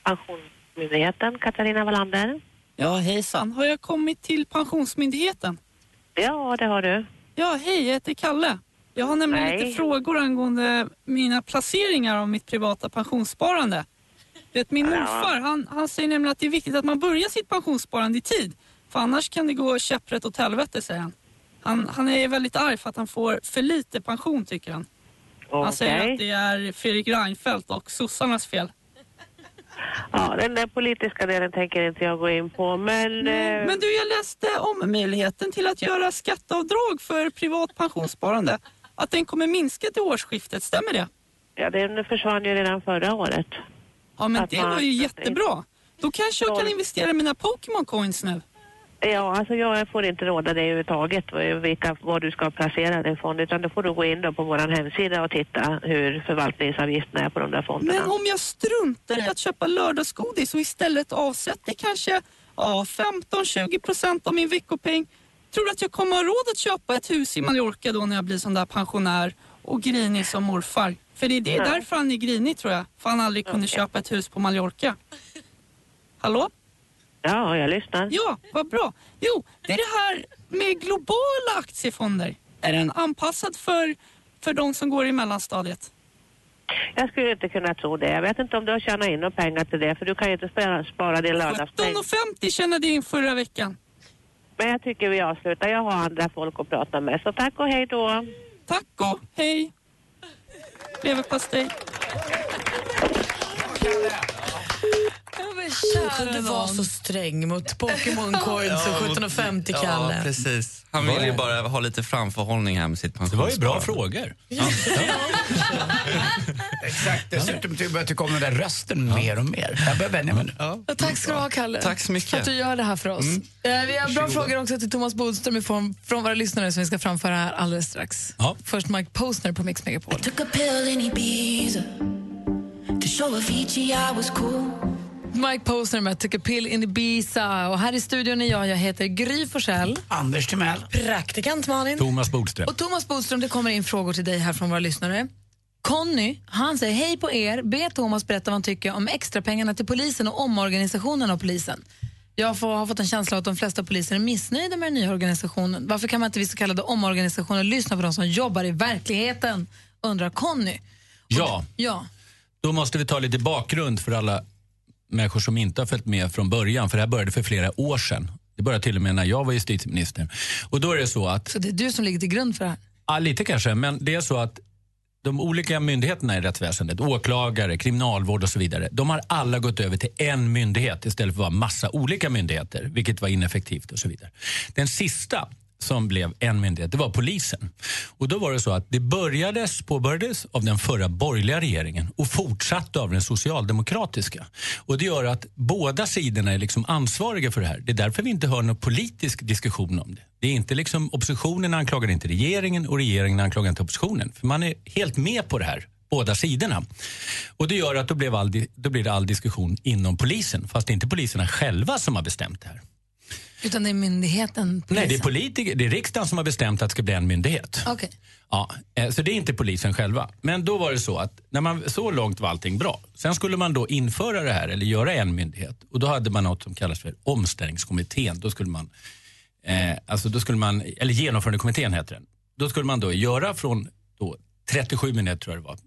Pensionsmyndigheten, Katarina Wallander.
Ja, hejsan. Har jag kommit till Pensionsmyndigheten?
Ja, det har du.
Ja, hej, jag heter Kalle. Jag har nämligen
Hej.
lite frågor angående mina placeringar av mitt privata pensionssparande. Vet, min
Ja.
morfar han, han säger nämligen att det är viktigt att man börjar sitt pensionssparande i tid. För annars kan det gå käpprätt åt helvete, säger han. han. Han är väldigt arg för att han får för lite pension, tycker han. Han säger
Okej.
att det är Fredrik Reinfeldt och sossarnas fel.
Ja, den där politiska delen tänker inte jag gå in på, men... eh,
Men du, jag läste om möjligheten till att göra skatteavdrag för privat pensionssparande. Att den kommer minska till årsskiftet, stämmer det?
Ja, den försvann ju redan förra året.
Ja, men
Att
det
man-
var ju jättebra. Då kanske jag kan investera i mina Pokémon coins nu.
Ja, alltså jag får inte råda dig överhuvudtaget vad- vilka, vad du ska placera dig ifrån, utan då får du gå in då på vår hemsida och titta hur förvaltningsavgifterna är på de där fonderna.
Men om jag struntar i att köpa lördagsgodis och istället avsätter kanske ja, 15-20 procent av min veckopeng. Tror du att jag kommer ha råd att köpa ett hus i Mallorca då när jag blir sån där pensionär och grinig som morfar? För det är det
Nej.
därför han är grinig tror jag. För han aldrig kunde köpa ett hus på Mallorca. Hallå?
Ja, jag lyssnar.
Ja, vad bra. Jo, det är det här med globala aktiefonder. Är den anpassad för, för de som går i mellanstadiet?
Jag skulle inte kunna tro det. Jag vet inte om du har tjänat in några pengar till det, för du kan ju inte spara, spara din lördagspeng.
17,50 tjänade jag in förra veckan.
Men jag tycker vi avslutar. Jag har andra folk att prata med, så tack och hej då.
Tack och hej. Leverpastej.
Kära
Kunde vara så sträng mot Pokémon Coins och 1750
Ja,
Kalle.
precis. Han vill ju bara ha lite framförhållning här med sitt
Det var
pensionssparande.
ju bra frågor.
Exakt, dessutom börjar jag tycka om den där rösten mer och mer. Jag börjar vänja mig nu.
Ja, Tack ska du ha, Kalle.
Tack så mycket.
För att du gör det här för oss.
Mm.
Eh, vi har bra
Varsågoda.
frågor också till Thomas Bodström i form från våra lyssnare som vi ska framföra här alldeles strax. Först Mike Posner på Mix Megapol. Mike Posner med Took a pill in Ibiza. Och här i studion är jag, jag heter Gry Forssell.
Anders Timell.
Praktikant Malin.
Thomas Bodström.
Och Thomas Bodström, det kommer in frågor till dig här från våra lyssnare. Conny, han säger hej på er. Be Thomas berätta vad han tycker om extrapengarna till polisen och omorganisationen av polisen. Jag får, har fått en känsla av att de flesta poliser är missnöjda med den nya organisationen. Varför kan man inte vid så kallade omorganisationer lyssna på de som jobbar i verkligheten? Undrar Conny.
Ja,
Ja,
då måste vi ta lite bakgrund för alla människor som inte har följt med från början. För det här började för flera år sedan. Det började till och med när jag var justitieminister. Och då är det så att
så det är du som ligger till grund för det här.
Ja, lite kanske. Men det är så att de olika myndigheterna i rättsväsendet, åklagare, kriminalvård och så vidare, de har alla gått över till en myndighet istället för att vara massa olika myndigheter, vilket var ineffektivt och så vidare. Den sista som blev en myndighet, det var polisen. Och då var det så att det börjades, påbörjades av den förra borgerliga regeringen och fortsatte av den socialdemokratiska. Och det gör att båda sidorna är liksom ansvariga för det här. Det är därför vi inte hör någon politisk diskussion om det. Det är inte liksom oppositionen anklagar inte regeringen och regeringen anklagar inte oppositionen. För man är helt med på det här, båda sidorna. Och det gör att då, blev all, di- då blir det all diskussion inom polisen. Fast det är inte poliserna själva som har bestämt det här.
Utan det är myndigheten.
Nej, det är
polisen.
politiker, det är riksdagen som har bestämt att det ska bli en myndighet.
Okej.
Ja, eh, så det är inte polisen själva. Men då var det så att när man, så långt var allting bra. Sen skulle man då införa det här eller göra en myndighet. Och då hade man något som kallas för omställningskommittén. Då skulle man, eh, alltså då skulle man eller genomförandekommittén heter den. Då skulle man då göra från då 37 myndigheter tror jag det var.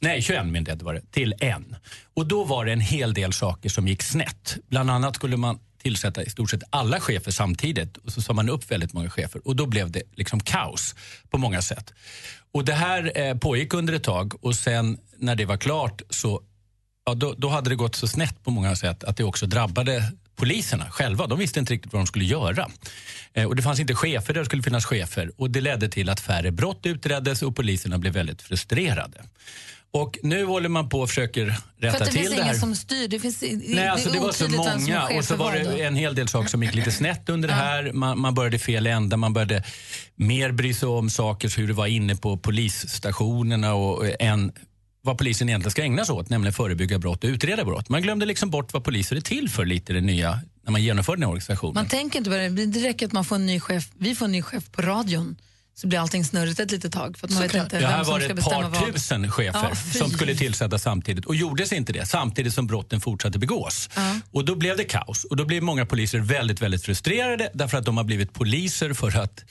Nej, 21 myndigheter var det, till en. Och då var det en hel del saker som gick snett. Bland annat skulle man tillsätta i stort sett alla chefer samtidigt och så sa man upp väldigt många chefer och då blev det liksom kaos på många sätt. Och det här eh, pågick under ett tag och sen när det var klart så ja, då, då hade det gått så snett på många sätt att det också drabbade poliserna själva. De visste inte riktigt vad de skulle göra. Eh, och det fanns inte chefer där det skulle finnas chefer och det ledde till att färre brott utreddes och poliserna blev väldigt frustrerade. Och nu håller man på och försöker rätta
För att det
till
finns
det här.
ingen som styr. Det, finns, det,
Nej, alltså det var så
otydligt vem som är
många
chef
och så
för
var
vad då.
det en hel del saker som gick lite snett under det här. Man, man började i fel ända, man började mer bry sig om saker, så hur det var inne på polisstationerna och och en vad polisen egentligen ska ägna sig åt, nämligen förebygga brott och utreda brott. Man glömde liksom bort vad poliser är till för lite i det nya, när man genomförde den här organisationen.
Man tänker inte på det. Det räcker att man får en ny chef. Vi får en ny chef på radion så blir allting snurrigt ett litet tag. För att man vet inte
ja,
vem
här
som
var det
ska
ett
bestämma
par
vad.
tusen chefer
Ja, fy.
som skulle tillsättas samtidigt och gjordes inte det samtidigt som brotten fortsatte begås. Och då blev det kaos och då blev många poliser väldigt, väldigt frustrerade därför att de har blivit poliser för att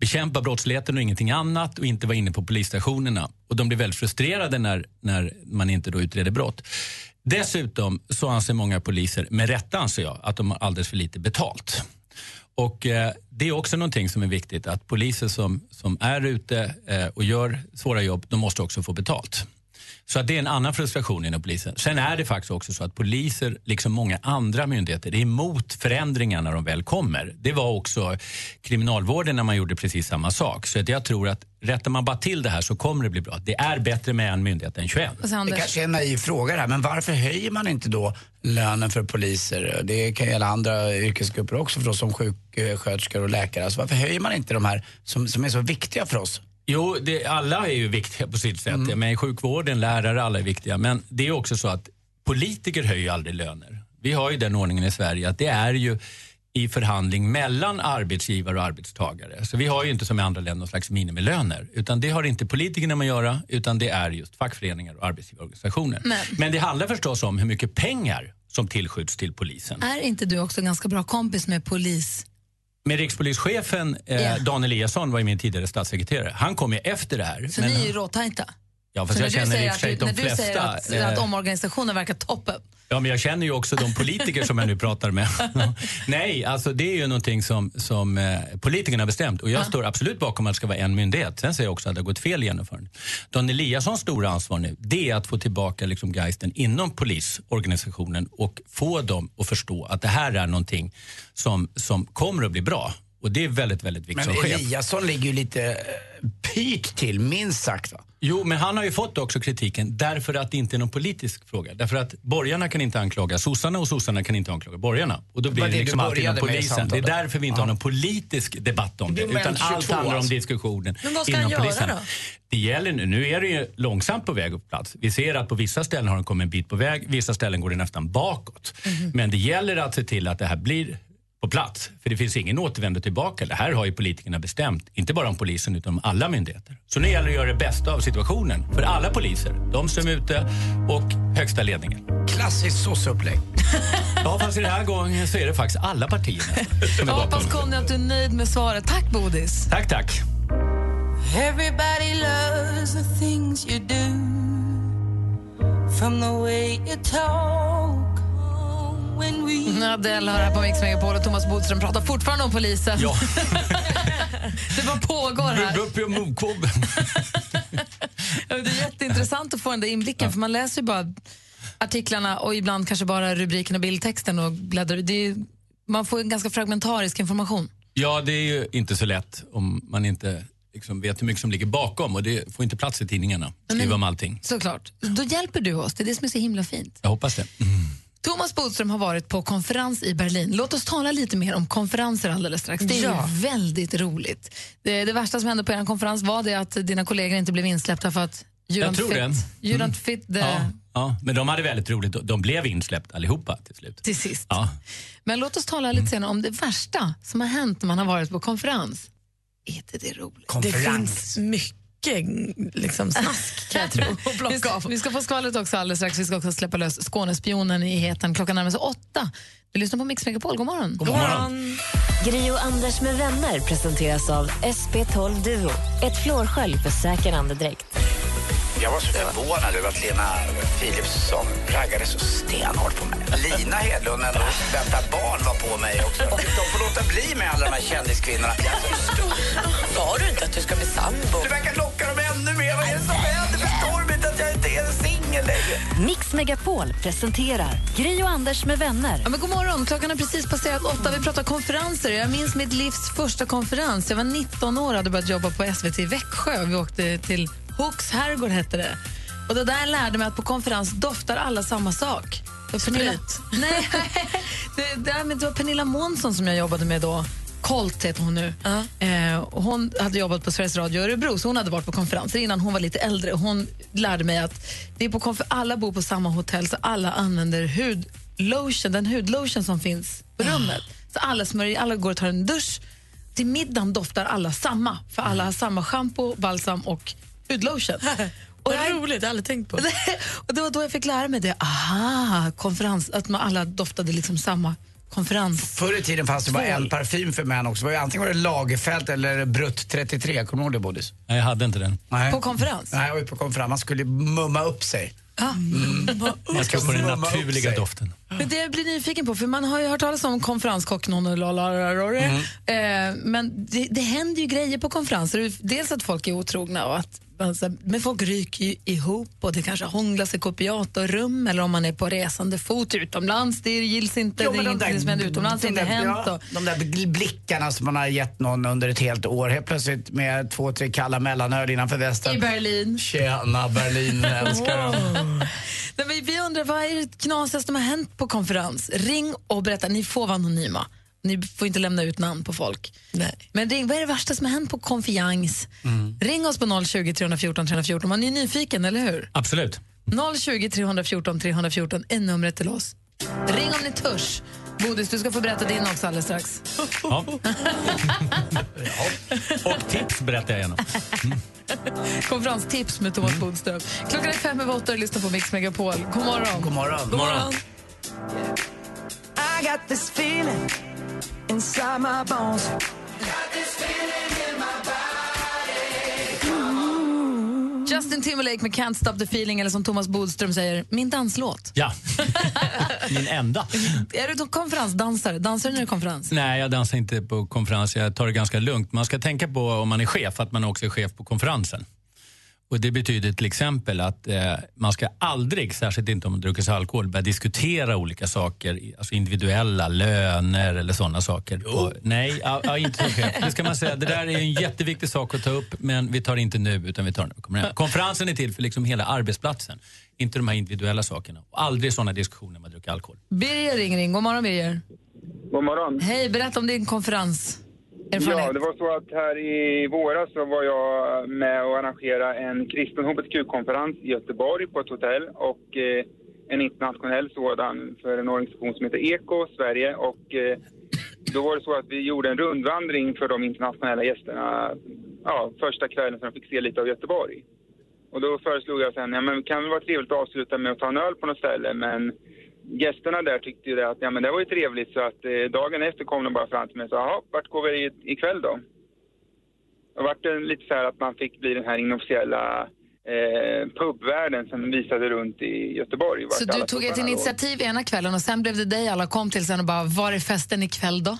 bekämpa brottsligheten och ingenting annat och inte vara inne på polisstationerna. Och de blev väldigt frustrerade när, när man inte då utreder brott. Dessutom så anser många poliser, med rätta anser jag, att de har alldeles för lite betalt. Och eh, Det är också någonting som är viktigt att poliser som, som är ute eh, och gör svåra jobb, de måste också få betalt. Så att det är en annan frustration inom polisen. Sen är det faktiskt också så att poliser, liksom många andra myndigheter, är emot förändringar när de väl kommer. Det var också kriminalvården när man gjorde precis samma sak. Så att jag tror att rättar man bara till det här så kommer det bli bra. Det är bättre med en myndighet än 21.
Det kanske är en naiv fråga det här, men varför höjer man inte då lönen för poliser? Det kan gälla andra yrkesgrupper också förstås, som sjuksköterskor och läkare. Alltså, varför höjer man inte de här som, som är så viktiga för oss?
Jo, det, alla är ju viktiga på sitt sätt. Men i sjukvården, lärare, alla är viktiga. Men det är också så att politiker höjer ju aldrig löner. Vi har ju den ordningen i Sverige att det är ju i förhandling mellan arbetsgivare och arbetstagare. Så vi har ju inte som i andra länder någon slags minimilöner. Utan det har inte politikerna med att göra, utan det är just fackföreningar och arbetsgivarorganisationer. Men, det handlar förstås om hur mycket pengar som tillskjuts till polisen.
Är inte du också ganska bra kompis med polis?
Men rikspolischefen eh,
Ja.
Dan Eliasson var ju min tidigare statssekreterare. Han kom ju efter det här.
Så
men
ni är ju råtajta.
Ja, fast
Så
jag
när du
känner i
säger
och för sig
att,
att de
när du säger
flesta...
att,
eh,
att omorganisationen verkar toppen.
Ja, men jag känner ju också de politiker som jag nu pratar med. Nej, alltså det är ju någonting som, som eh, politikerna har bestämt. Och jag står absolut bakom att det ska vara en myndighet. Sen säger jag också att det har gått fel i genomförandet. Dan Eliassons stora ansvar nu, det är att få tillbaka liksom geisten inom polisorganisationen och få dem att förstå att det här är någonting som, som kommer att bli bra. Och det är väldigt, väldigt viktigt
Men
som Liksom chef.
Eliasson ligger ju lite eh, pyrt till, minst sagt. Va?
Jo, men han har ju fått också kritiken därför att det inte är någon politisk fråga. Därför att borgarna kan inte anklaga sossarna och sossarna kan inte anklaga borgarna. Och då
Det
blir
var
det,
det du
liksom alltid inom
började med i
polisen. Det är
samtalet.
därför vi inte har någon politisk debatt om
Det
det.
blir
Utan
moment
allt
22
handlar om
alltså.
diskussionen
Men vad ska
inom
han göra
polisen.
då?
Det gäller nu. Nu är det ju långsamt på väg upp plats. Vi ser att på vissa ställen har den kommit en bit på väg. Vissa ställen går det nästan bakåt.
Mhm.
Men det gäller att se till att det här blir på plats. För det finns ingen återvändo tillbaka. Det här har ju politikerna bestämt. Inte bara om polisen utan om alla myndigheter. Så nu gäller det att göra det bästa av situationen. För alla poliser, de som är ute och högsta ledningen.
Klassiskt sosseupplägg.
Ja, fast i den här gången så är det faktiskt alla partier som är
Jag hoppas
bakom.
Conny att du är nöjd med svaret. Tack Bodis!
Tack, tack.
Everybody loves the things you do. From the way you talk when we
Adele hör här på Mix Megapol och Thomas Bodström pratar fortfarande om polisen.
Ja.
det bara pågår här.
upp i mokobben.
Ja, Det är jätteintressant att få den där inblicken för man läser ju bara artiklarna och ibland kanske bara rubriken och bildtexten och bläddrar. Det är, ju- man får en ganska fragmentarisk information.
Ja, det är ju inte så lätt om man inte liksom vet hur mycket som ligger bakom och det får inte plats i tidningarna. Skriva om allting.
Såklart. Då hjälper du oss, det är det som är så himla fint.
Jag hoppas det. Mm.
Thomas Bodström har varit på konferens i Berlin. Låt oss tala lite mer om konferenser alldeles strax. Det är
Ja.
ju väldigt roligt. Det, det värsta som hände på er konferens var det att dina kollegor inte blev insläppta för att you
Jag
don't
tror
fit,
det.
You
Mm.
don't fit eh. the,
Ja, ja, men de hade väldigt roligt. De blev insläppta allihopa till slut.
till sist.
Ja.
Men låt oss tala lite senare om det värsta som har hänt när man har varit på konferens. Är inte det roligt?
Det finns mycket liksom, snask kan jag tro. att
Vi
plocka
ska,
av.
vi ska få skvallret också alldeles strax. Vi ska också släppa lös Skånespionen i heten. Klockan närmar sig åtta. Du lyssnar på Mix Megapol. God morgon.
God morgon. Gri och Anders med vänner presenteras av SP12 Duo. Ett flårskölj för säker andedräkt.
Jag var så förvånad över att Lena Philipsson raggade så stenhårt på mig. Lina Hedlund, en väntar barn, var på mig också. De får låta bli med alla de här kändiskvinnorna.
Sa du inte att du ska bli sambo?
Du verkar locka dem ännu mer. Vad är det som händer? Förstår de inte att jag inte är singel längre?
Mix Megapol presenterar Gri och Anders med vänner.
Ja, men god morgon. Klockan har precis passerat åtta. Vi pratar konferenser. Jag minns mitt livs första konferens. Jag var 19 år och hade börjat jobba på SVT i Växjö. Vi åkte till Hooks herrgård, hette det. Och det där lärde mig att på konferens doftar alla samma sak. Och Pernilla, nej, det, det, här med- det var Pernilla Månsson som jag jobbade med då. Colt heter hon nu. Eh, och hon hade jobbat på Sveriges Radio i Örebro, så hon hade varit på konferenser innan hon var lite äldre. Hon lärde mig att det är på konfer- alla bor på samma hotell så alla använder hudlotion, den hudlotion som finns på rummet. Så alla, smörjer, alla går och tar en dusch. Till middagen doftar alla samma, för alla har samma schampo, balsam och hudlotion. Och det roligt, jag har aldrig tänkt på. och det var då jag fick lära mig det. Aha, konferens, att man alla doftade liksom samma konferens.
Förr i tiden fanns det bara en parfym för män också. Det var ju Antingen var det Lagerfeld eller Brutt 33. Kommer du ihåg det, Bodis?
Nej, jag hade inte den.
Nej.
På konferens?
Nej, jag var ju på konferens. Man skulle mumma upp sig. Mm.
Jag tror på den naturliga doften.
Men det jag blir nyfiken på, för man har ju hört talas om konferenskocken och lalararare. Eh, men det, det händer ju grejer på konferenser. Dels att folk är otrogna och att alltså, men folk ryker ju ihop och det kanske hånglas i kopiatorrum eller om man är på resande fot utomlands. Det gills inte, det är ingenting som händer utomlands, det har inte
de där-
hänt.
ja,
Och,
de där bl- blickarna som man har gett någon under ett helt år. Helt plötsligt med två, tre kalla mellanöl innanför västen.
I Berlin.
Tjena Berlin, jag älskar dem.
Nej, men vi undrar, vad är det knasigaste som har hänt på konferens? Ring och berätta, ni får vara anonyma. Ni får inte lämna ut namn på folk. Men ring, vad är det värsta som har hänt på konferens? Ring oss på 020 314 314. Man är ju nyfiken, eller hur?
Absolut.
020 314 314 är numret till oss. Ring om ni törs. Bodis, du ska få berätta din också alldeles strax.
Ja. Och tips berättar jag gärna.
Konferenstips med Thomas Bodström. Klockan är fem över åtta och lyssnar på Mix Megapol. God morgon.
God morgon.
God morgon.
I got this feeling inside my bones.
Justin Timberlake med Can't Stop The Feeling eller som Thomas Bodström säger, min danslåt.
Ja, min enda.
Är du då konferensdansare? Dansar du när du är konferens?
Nej, jag dansar inte på konferens. Jag tar det ganska lugnt. Man ska tänka på om man är chef att man också är chef på konferensen. Och Det betyder till exempel att eh, man ska aldrig, särskilt inte om man druckit alkohol, börja diskutera olika saker, alltså individuella löner eller sådana saker. Och, nej, ja, ja, inte som chef. Det ska man säga. Det där är en jätteviktig sak att ta upp, men vi tar det inte nu utan vi tar det när vi kommer hem. Konferensen är till för liksom hela arbetsplatsen, inte de här individuella sakerna. Och aldrig sådana diskussioner när man dricker alkohol.
Birger ringer in. God morgon, Birger.
God morgon.
Hej, berätta om din konferens.
Ja, det var så att här i våras så var jag med och arrangerade en kristen hbtq-konferens i Göteborg på ett hotell och eh, en internationell sådan för en organisation som heter Eko Sverige och eh, då var det så att vi gjorde en rundvandring för de internationella gästerna ja, första kvällen så de fick se lite av Göteborg. Och då föreslog jag sen, ja men kan det vara trevligt att avsluta med att ta en öl på något ställe men gästerna där tyckte ju det att ja, men det var ju trevligt så att eh, dagen efter kom de bara fram till mig och sa jaha, vart går vi i- ikväll då? Och vart det lite så här att man fick bli den här inofficiella eh, pubvärlden som visade runt i Göteborg. vart
Så
alla
du tog ett
pubarna låg.
initiativ ena kvällen och sen blev det dig alla kom till sen och bara, var är festen ikväll då?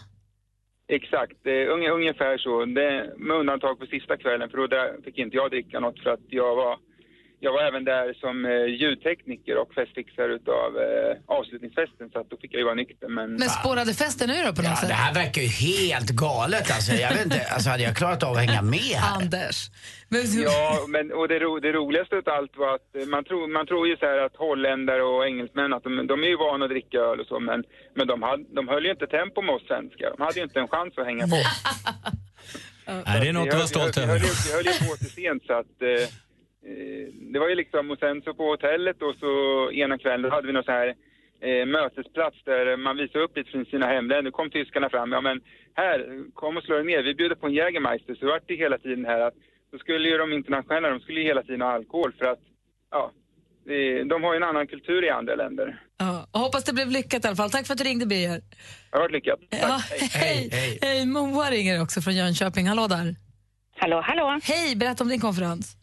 Exakt, eh, unge- ungefär så. Det, med undantag för sista kvällen för då där fick inte jag dricka något för att jag var jag var även där som eh, ljudtekniker och festfixare utav eh, avslutningsfesten så att då fick jag ju vara nykter. Men,
Men spårade festen ur då på
Ja,
något sätt?
det
Det här verkar ju helt galet alltså. Jag vet inte, alltså hade jag klarat av att hänga med här?
Anders.
Ja, men, och det, ro, det roligaste av allt var att eh, man tror, man tror ju så här att holländare och engelsmän att de, de är ju vana att dricka öl och så men, men de, hade, de höll ju inte tempo med oss svenskar. De hade ju inte en chans att hänga på.
Nej, det är något
Vi
att vara
höll-
stolt
vi höll-
över.
Vi höll, ju- vi höll ju på till sent så att eh, eh, det var ju liksom och sen så på hotellet och så ena kvällen då hade vi någon så här eh, mötesplats där man visar upp lite från sina hemländer. Nu kom tyskarna fram. Ja men här, kom och slå er ner. Vi bjuder på en Jägermeister. Så det vart det hela tiden här att då skulle ju de internationella, de skulle ju hela tiden ha alkohol för att ja, eh, de har ju en annan kultur i andra länder.
Ja, och hoppas det blev lyckat i alla fall. Tack för att du ringde, Birger.
Det har varit lyckat.
Ja, hej, hej. Moa ringer också från Jönköping. Hallå där.
Hallå, hallå.
Hej, berätta om din konferens.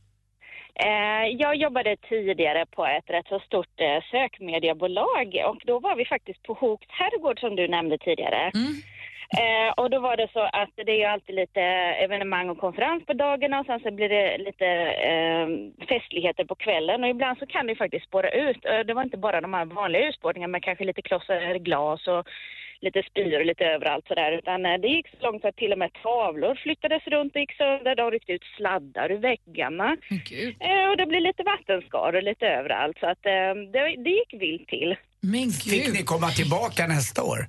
Eh, jag jobbade tidigare på ett rätt så stort eh, sökmediebolag och då var vi faktiskt på Hooks herrgård som du nämnde tidigare. Eh, och då var det så att det är ju alltid lite evenemang och konferens på dagarna och sen så blir det lite eh, festligheter på kvällen och ibland så kan det ju faktiskt spåra ut. Eh, Det var inte bara de här vanliga urspårningarna men kanske lite klossar glas och lite spyor lite överallt sådär. Utan eh, det gick så långt att till och med tavlor flyttades runt och gick sönder. De ryckte ut sladdar ur väggarna. Eh, och det blev lite vattenskador lite överallt. Så att eh, det, det gick vilt till.
Men
Fick ni komma tillbaka nästa år?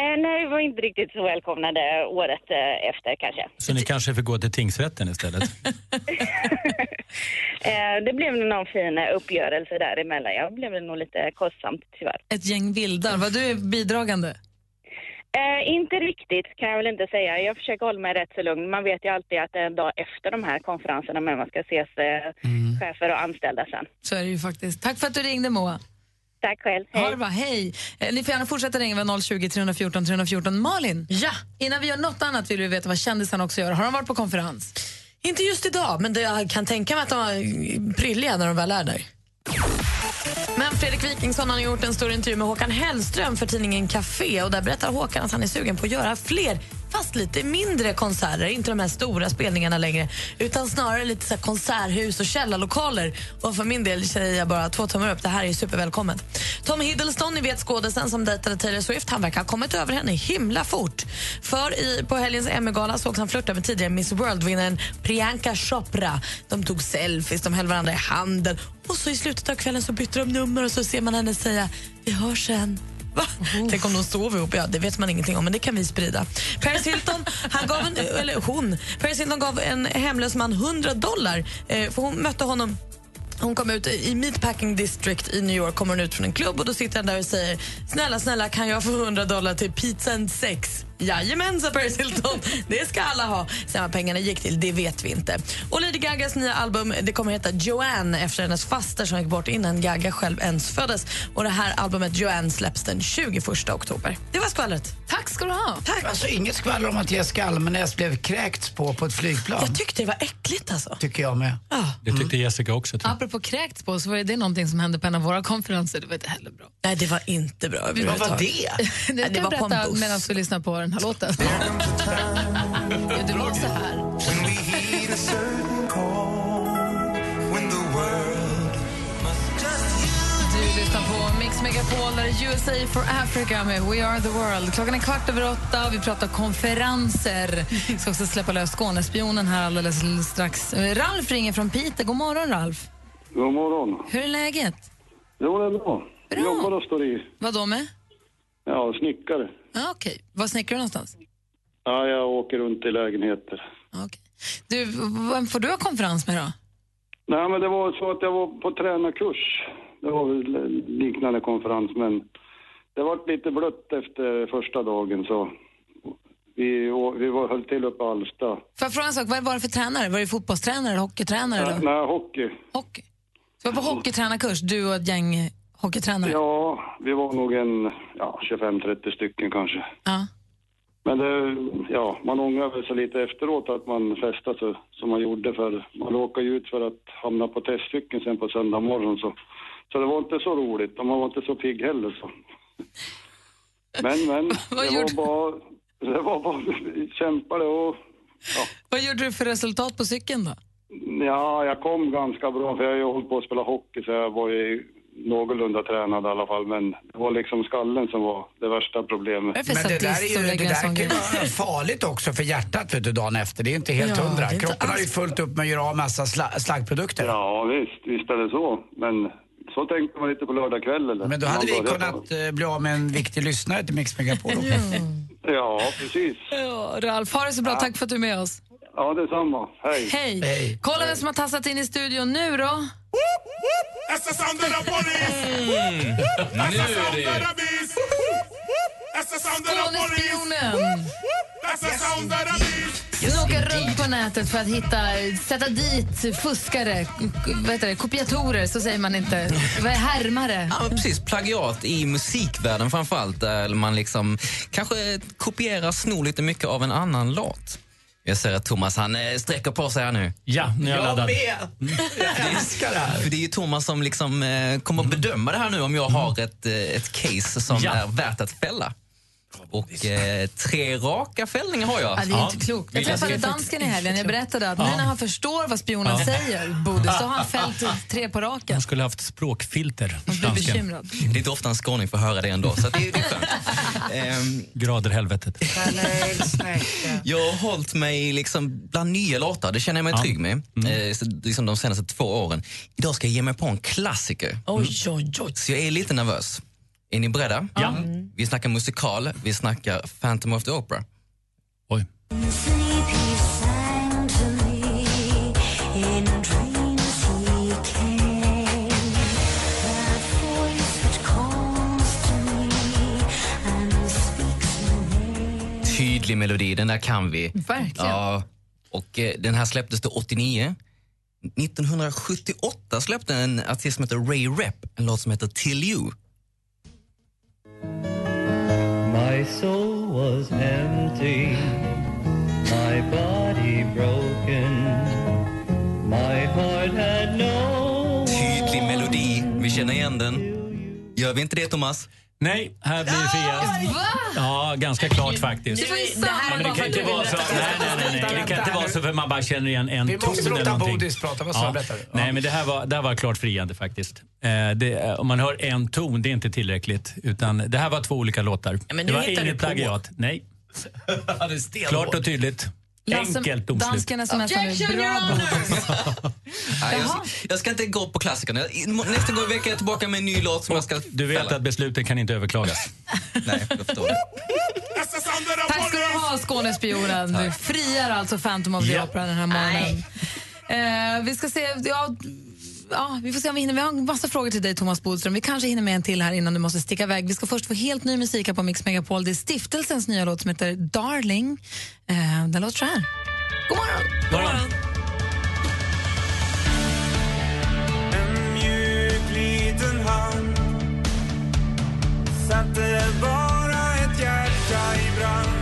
Eh, nej, vi var inte riktigt så välkomnade året eh, efter kanske.
Så ni kanske får gå till tingsrätten istället?
Eh, det blev nog någon fin eh, uppgörelse däremellan. Jag blev det nog lite kostsamt tyvärr.
Ett gäng vildar. Var du bidragande?
Eh, inte riktigt kan jag väl inte säga. Jag försöker hålla mig rätt så lugn. Man vet ju alltid att det är en dag efter de här konferenserna men man ska ses eh, chefer och anställda sen.
Så är det ju faktiskt. Tack för att du ringde, Moa.
Tack själv.
Hej. Ha det bra, hej. Eh, Ni får gärna fortsätta ringa med 020 314 314. Malin,
ja.
innan vi gör något annat vill vi veta vad kändisarna också gör. Har de varit på konferens?
Inte just idag, men det, jag kan tänka mig att de var prilliga när de väl är där. Men Fredrik Wikingsson har gjort en stor intervju med Håkan Hellström för tidningen Café och där berättar Håkan att han är sugen på att göra fler fast lite mindre konserter, inte de här stora spelningarna längre utan snarare lite så här konserthus och källarlokaler. Och för min del säger jag bara två tummar upp, det här är supervälkommet. Tom Hiddleston, ni vet skådisen som dejtade Taylor Swift, han verkar ha kommit över henne himla fort. För i, på helgens Emmy-gala sågs han flörta med tidigare Miss World-vinnaren Priyanka Chopra. De tog selfies, de höll varandra i handen och så i slutet av kvällen så bytte de nummer och så ser man henne säga vi hörs sen. Va? Tänk om de sover ihop? Ja, det vet man ingenting om, men det kan vi sprida. Paris Hilton, han gav en, eller hon, Paris Hilton gav en hemlös man 100 dollar eh, för hon mötte honom hon kom ut i Meatpacking District i New York kommer hon ut från en klubb och då sitter han där och säger snälla, snälla kan jag få 100 dollar till pizza and sex? Jajamän, sa Paris Hilton. Det ska alla ha. Sen vad pengarna gick till, det vet vi inte. Och Lady Gagas nya album det kommer heta Joanne efter hennes faster som gick bort innan Gaga själv ens föddes. Och Det här albumet Joanne släpps den 21 oktober. Det var skvallret. Tack ska du ha. Tack.
Alltså inget skvaller om att Jessica Almenäs blev kräkts på på ett flygplan. Jag
tyckte det var äckligt alltså.
Tycker jag med.
Det tyckte Jessica också. Tror
Apropå kräkts på så var det någonting som hände på en av våra konferenser. Det var inte heller bra.
Nej, det var inte bra
Vad var
överhuvudtaget.
det? Det ska
det
jag
var på en
berätta
buss.
medan du lyssnar på den här låten. Ja, det låter så här. Du lyssnar på Mix Megapol, där det är USA for Africa med We Are The World. Klockan är kvart över åtta och vi pratar konferenser. Vi ska också släppa lös Skånespionen här alldeles strax. Ralf ringer från Piteå. God morgon, Ralf.
God morgon.
Hur är läget?
Jo, det är bra. bra. Jobbar och står i.
Vad då med?
Ja, snickare.
Ah, Okej. Var snickrar du någonstans?
Ja, jag åker runt i lägenheter.
Du, vem får du ha konferens med då?
Nej, men det var så att jag var på tränarkurs. Det var väl en liknande konferens, men det var lite blött efter första dagen så vi, å- vi var, höll till uppe i Alsta.
Får jag fråga en sak? Vad var det för tränare? Var det fotbollstränare, hockeytränare?
Ja,
eller?
nej, hockey.
Så du var på hockeytränarkurs, du och ett gäng hockeytränare?
Ja, vi var nog en ja, 25-30 stycken kanske.
Ja.
Men det, ja, man ångrar väl sig lite efteråt att man festade så, som man gjorde för man råkade ju ut för att hamna på testcykeln sen på söndag morgon så, så det var inte så roligt och man var inte så pigg heller så. Men, men, det var bara, det var bara, kämpade och
Vad gjorde du för resultat på cykeln då?
ja, jag kom ganska bra för jag har ju hållit på att spela hockey så jag var ju någorlunda tränad i alla fall men det var liksom skallen som var det värsta problemet.
Men det där, är ju, det där kan ju vara farligt också för hjärtat vet du, dagen efter. Det är inte helt
Ja,
hundra.
det är inte
Kroppen har ju fullt upp med att göra av massa sla- slaggprodukter.
Ja, visst, visst är det så. Men så tänkte man inte på lördag kväll eller?
Men då hade
Man
vi
började
kunnat eh, bli av med en viktig lyssnare till Mix Megapol. också.
på- Ja, precis.
Ja, Ralf, ha det så bra.
Ja.
Tack för att du är med oss.
Ja, detsamma. Hej.
Hej. Kolla vem som har tassat in i studion nu då.
Mm.
Nu är det...
Skånespionen! Snokar runt på nätet för att hitta, sätta dit fuskare, vad heter det, kopiatorer, så säger man inte. Vad är härmare?
Ja, men precis. Plagiat i musikvärlden framför allt där man liksom kanske kopierar, snor lite mycket av en annan låt. Jag ser att Thomas han eh, sträcker på sig här nu.
Ja, nu är jag laddad.
Jag älskar det här. För det Mm. är ju Thomas som liksom, eh, kommer att bedöma det här nu om jag har ett, eh, ett case som
Ja.
är värt att fälla. Och eh, tre raka fällningar har jag.
Ja, det är inte klokt. Jag träffade dansken i helgen. Jag berättade att nu när han förstår vad spionen
Ja.
säger, Bodil, så har han fällt tre på raken.
Hon skulle haft språkfilter.
blir bekymrad.
Det är inte ofta en skåning får höra det ändå. Så att det är, det är skönt. Ehm,
Grader helvetet.
Jag har hållit mig liksom bland nya låtar, det känner jag mig trygg med. Eh, så, liksom de senaste två åren. Idag ska jag ge mig på en klassiker. Så jag är lite nervös. Är ni beredda? Ja. Vi snackar musikal, vi snackar Phantom of the Opera. Oj. Tydlig melodi, den där kan vi.
Verkligen.
Ja, och eh, den här släpptes då 89. 1978 släppte en artist som heter Ray Rep en låt som heter Till You.
My soul was empty, my body broken, my heart had no
Tydlig melodi, vi känner igen den. Gör vi inte det, Thomas?
Nej, här blir det fel. Ja, ganska klart faktiskt.
Det var ju
ja, men
samma
det
bara för
kan
att
inte
du
vara
ville
så.
rätta.
Nej, nej, nej, nej. Det kan inte vara så för man bara känner igen en
Vi
ton
måste låta
eller någonting.
Bodis prata. Vad sa du? Berätta du.
Nej, men det här var, det här var klart friande faktiskt. Eh, det, eh, om man hör en ton, det är inte tillräckligt. Utan det här var två olika låtar.
Ja, men
det
nu
var
hittar du
inget
på.
plagiat. Nej. klart och tydligt.
Lasse-
Enkelt domslut.
Dansken är som nästan är bra
Nej, jag, jag ska inte gå på klassikerna. I- Nästa gång vecka är jag tillbaka med en ny låt som jag ska
Du vet att beslutet kan inte överklagas.
Tack ska du ha, Skånespionen. Du friar alltså Phantom of the
Ja.
Opera den här morgonen. Eh, vi ska se... Ja, ja, vi får se om vi hinner. Vi har en massa frågor till dig, Thomas Bodström. Vi kanske hinner med en till här innan du måste sticka iväg. Vi ska först få helt ny musik här på Mix Megapol. Det är stiftelsens nya låt som heter Darling. Eh, den låter så här. God morgon!
God morgon.
En mjuk liten hand satte bara ett hjärta i brand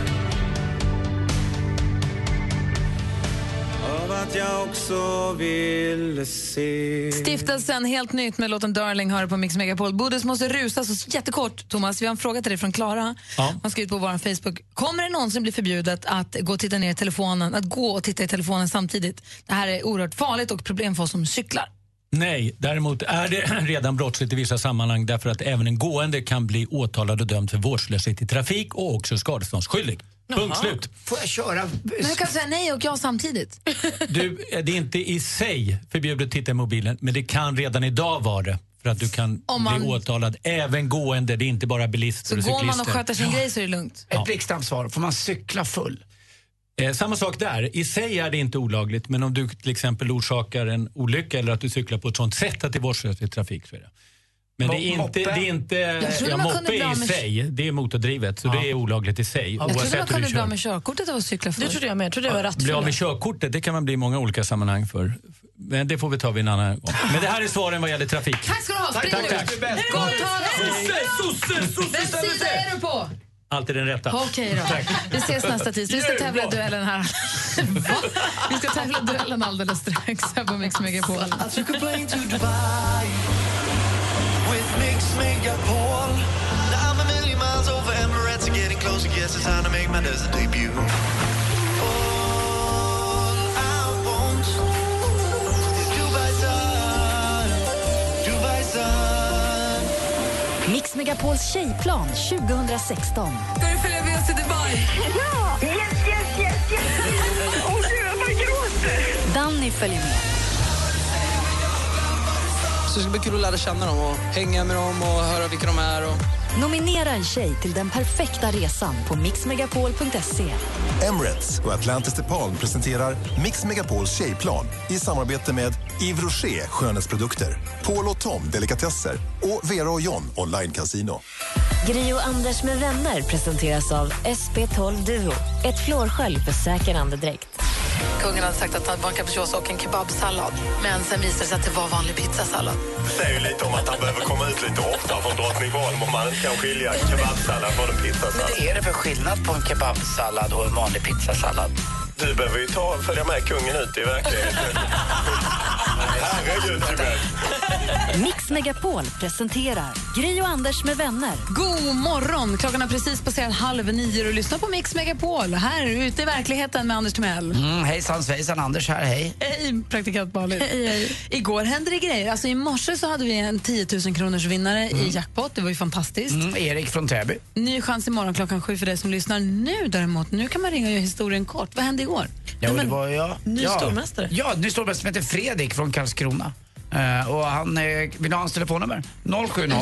av att jag också ville se
Stiftelsen, helt nytt med låten Darling, hör du på Mix Megapol. Bodis måste rusa, så jättekort, Thomas. Vi har en fråga till dig från Klara.
Ja.
Hon har skrivit på vår Facebook. Kommer det någonsin bli förbjudet att gå och titta ner i telefonen, att gå och titta i telefonen samtidigt? Det här är oerhört farligt och problem för oss som cyklar.
Nej, däremot är det redan brottsligt i vissa sammanhang därför att även en gående kan bli åtalad och dömd för vårdslöshet i trafik och också skadeståndsskyldig. Punkt slut.
Får jag köra?
Men du kan säga nej och jag samtidigt.
Du, eh, det är inte i sig förbjudet att titta i mobilen, men det kan redan idag vara det. För att du kan
Om man-
bli åtalad även gående, det är inte bara bilister
Så
och cyklister.
går man och sköter sin grej så är det lugnt.
Ett blixtansvar. Får man cykla full? Eh, samma sak där. I sig är det inte olagligt, men om du till exempel orsakar en olycka eller att du cyklar på ett sånt sätt att det är vårdslöshet i trafik så är det. Men det är
Moppe?
inte, det är inte
Jag trodde
ja,
man
moppe
kunde bli
i
av med-
sig, det är motordrivet, så det är olagligt i sig.
Jag trodde man
oavsett hur
kunde
du
bli
kör.
av med körkortet av att cykla förr. Det trodde jag med. Jag trodde jag var
Bli av med körkortet, det kan man bli i många olika sammanhang för. Men det får vi ta vid en annan gång. Men det här är svaren vad gäller trafik.
Tack ska du ha! Spring
Tack,
nu!
tack.
Är det
Gott
bara att ta
Sosse,
den? Vem sida är du på?
Alltid den rätta.
Okej då. Vi ses nästa tisdag. Vi ska tävla i duellen här. Va? Vi ska tävla i duellen alldeles strax här på Mix Megapol.
I took a plane to Dubai with Mix Megapol. Now I'm a million miles over Emirates and getting closer. Guess it's time to make my desert debut. All I want is Dubai sun, Dubai sun.
Mix Megapols tjejplan 2016.
Ska du följa med oss till Dubai?
Ja! Yes, yes, yes, yes! Åh gud, jag bara gråter! Danny följer med.
Så det ska bli kul att lära känna dem och hänga med dem och höra vilka de är. Och...
Nominera en tjej till den perfekta resan på mixmegapol.se.
Emirates och Atlantis DePaul presenterar Mix Megapols tjejplan i samarbete med Yves Rocher skönhetsprodukter, Paul och Tom delikatesser och Vera och John online casino.
Gri och Anders med vänner presenteras av SP12 Duo. Ett flårskölj för säker andedräkt.
Kungen hade sagt att han var en capricciosa och en kebabsallad. Men sen visade det sig att det var vanlig pizzasallad.
säger ju lite om att han behöver komma ut lite oftare från Drottningholm om man inte kan skilja kebabsallad från en pizzasallad.
Vad är det för skillnad på en kebabsallad och en vanlig pizzasallad?
Du behöver ju ta, följa med kungen ut i verkligheten. Herregud, Tibet.
Mix Megapol presenterar Gri och Anders med vänner.
God morgon! Klockan har precis passerat halv nio och lyssna på Mix Megapol. Här ute i verkligheten med Anders Timell.
Mm, hejsan svejsan, Anders här, hej.
Hej, praktikant Malin. Igår hände det grejer. Alltså, I morse så hade vi en 10 000 kronors vinnare i
Mm.
jackpot. Det var ju fantastiskt.
Mm, Erik från Täby.
Ny chans imorgon klockan sju för dig som lyssnar. Nu däremot, nu kan man ringa och göra historien kort. Vad hände
Ja,
igår? Nej,
det
men-
var jag.
ny
ja.
stormästare.
Ja, ny stormästare som heter Fredrik från Karlskrona. Eh, och han, eh, vill du ha hans telefonnummer? 070.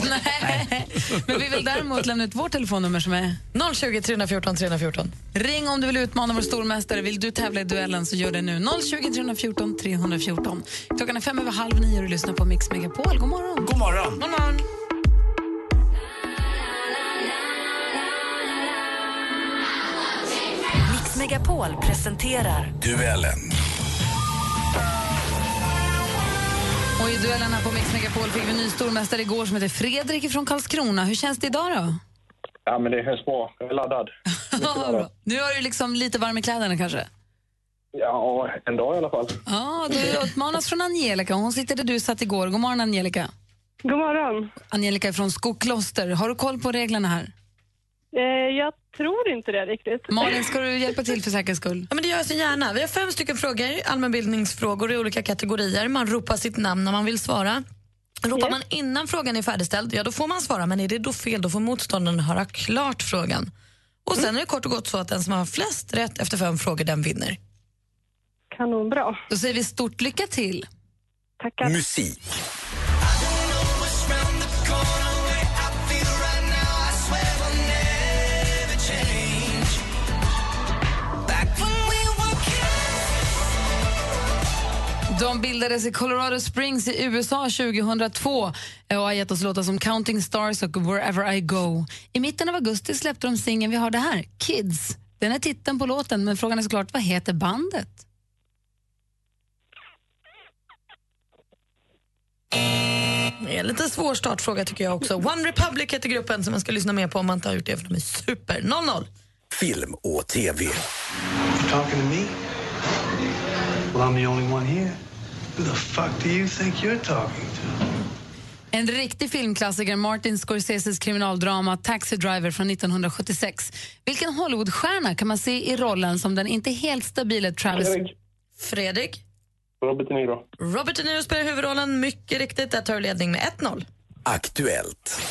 Men vi vill däremot lämna ut vårt telefonnummer som är...
020 314 314.
Ring om du vill utmana vår stormästare. Vill du tävla i duellen så gör det nu. 020 314 314. Klockan är fem över halv nio och du lyssnar på Mix Megapol. God morgon.
God morgon.
God morgon.
Mix Megapol presenterar
Duellen.
Och I duellen här på Mix Megapol fick vi en ny stormästare igår som heter Fredrik från Karlskrona. Hur känns det idag då?
Ja, men det känns bra. Jag är laddad. Mycket laddad.
Nu har du liksom lite varm i kläderna kanske?
Ja, en dag i alla fall.
Ja, du utmanas från Angelica. Hon sitter där du satt igår. God morgon Angelica. God morgon. Angelica är från Skokloster. Har du koll på reglerna här? Eh,
jag tror inte det riktigt.
Malin, ska du hjälpa till för säkerhets skull?
Ja, men det gör jag så gärna. Vi har fem stycken frågor, allmänbildningsfrågor i olika kategorier. Man ropar sitt namn när man vill svara. Ropar man innan frågan är färdigställd, ja då får man svara. Men är det då fel, då får motståndaren höra klart frågan. Och sen är det kort och gott så att den som har flest rätt efter fem frågor, den vinner.
Kanonbra.
Då säger vi stort lycka till.
Tackar.
Musik.
De bildades i Colorado Springs i USA 2002 eh, och har gett oss låtar som Counting Stars och Wherever I Go. I mitten av augusti släppte de singeln vi har det här, Kids. Den är titeln på låten, men frågan är såklart vad heter bandet?
Det är en lite svår startfråga tycker jag också. One Republic heter gruppen som man ska lyssna mer på om man inte har gjort det för de är super. 00.
Film och TV.
You're talking to me? Well, I'm the only one here. Who the fuck do you think you're talking to?
En riktig filmklassiker, Martin Scorseses kriminaldrama Taxi Driver från 1976. Vilken Hollywoodstjärna kan man se i rollen som den inte helt stabile Travis...
Fredrik. Fredrik.
Robert De Niro.
Robert De Niro spelar huvudrollen, mycket riktigt. Där tar du ledning med 1-0.
Aktuellt.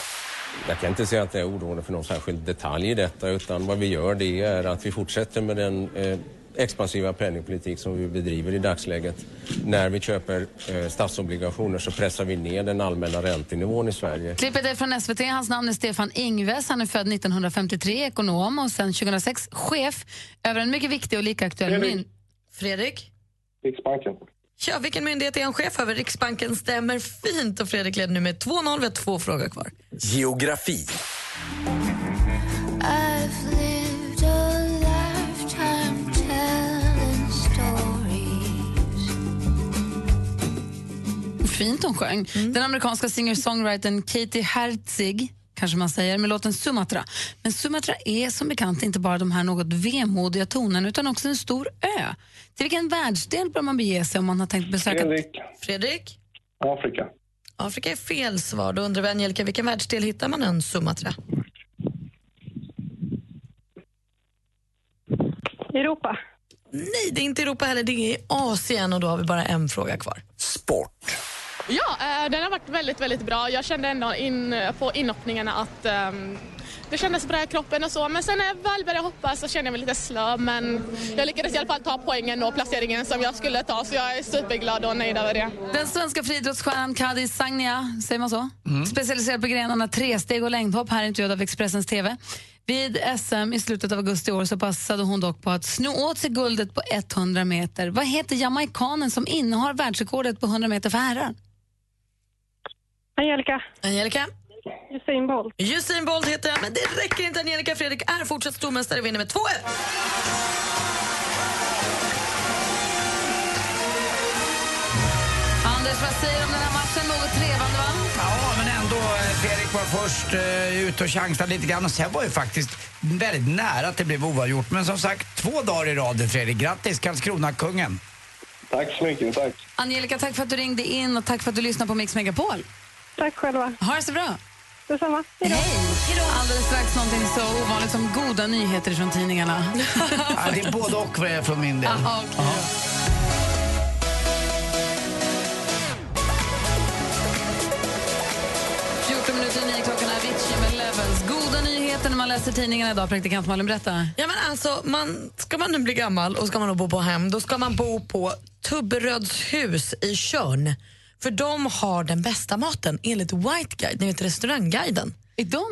Jag kan inte säga att jag är orolig för någon särskild detalj i detta utan vad vi gör det är att vi fortsätter med den eh, expansiva penningpolitik som vi bedriver i dagsläget. När vi köper eh, statsobligationer så pressar vi ner den allmänna räntenivån i Sverige.
Klippet är från SVT. Hans namn är Stefan Ingves. Han är född 1953, ekonom och sedan 2006 chef över en mycket viktig och lika aktuell
Fredrik.
min... Fredrik?
Riksbanken.
Ja, vilken myndighet är han chef över? Riksbanken stämmer fint och Fredrik leder nu med 2-0. Vi har två frågor kvar.
Geografi.
I've lived a lifetime telling stories.
Fint hon sjöng. Den amerikanska singer-songwritern Katie Herzig kanske man säger, med låten Sumatra. Men Sumatra är som bekant inte bara de här något vemodiga tonerna utan också en stor ö. Till vilken världsdel bör man bege sig om man har tänkt besöka...
Fredrik.
Fredrik?
Afrika.
Afrika är fel svar. Då undrar vi, Angelica, vilken världsdel hittar man ön Sumatra?
Europa.
Nej, det är inte Europa heller. Det är i Asien och då har vi bara en fråga kvar.
Sport.
Ja, eh, den har varit väldigt, väldigt bra. Jag kände ändå in, eh, på inhoppningarna att ehm, det kändes bra i kroppen och så. Men sen när jag väl började hoppa så kände jag mig lite slö. Men jag lyckades i alla fall ta poängen och placeringen som jag skulle ta. Så jag är superglad och nöjd över det.
Den svenska friidrottsstjärnan Kadri Sagnia, säger man så? Specialiserad på grenarna tresteg och längdhopp, här intervjuad av Expressens TV. Vid SM i slutet av augusti i år så passade hon dock på att sno åt sig guldet på 100 meter. Vad heter jamaikanen som innehar världsrekordet på 100 meter för herrar?
Angelica.
Angelica.
Usain Bolt.
Usain Bolt heter han, men det räcker inte. Angelica Fredrik är fortsatt stormästare och vinner med 2-1.
Anders, vad säger du om den här matchen? Något trevande, va?
Ja, men ändå. eh, Fredrik var först uh, ute och chansade lite grann och sen var ju faktiskt väldigt nära att det blev oavgjort. Men som sagt, två dagar i rad Fredrik. Grattis Karlskrona-kungen.
Tack så mycket. Tack.
Angelica, tack för att du ringde in och tack för att du lyssnar på Mix Megapol.
Tack själva.
Ha det så bra.
Detsamma. Hej
Alldeles strax någonting så ovanligt som goda nyheter från tidningarna.
ja, det är både och eh, från min del.
Aha, okej.
Ja.
minuter i nio klockan är Avicii med Levels. Goda nyheter när man läser tidningarna idag. Praktikant Malin, berätta.
Ja, men alltså, man, ska man nu bli gammal och ska man då bo på hem, då ska man bo på Tubberödshus i Tjörn. För de har den bästa maten enligt White Guide, ni vet restaurangguiden.
Är de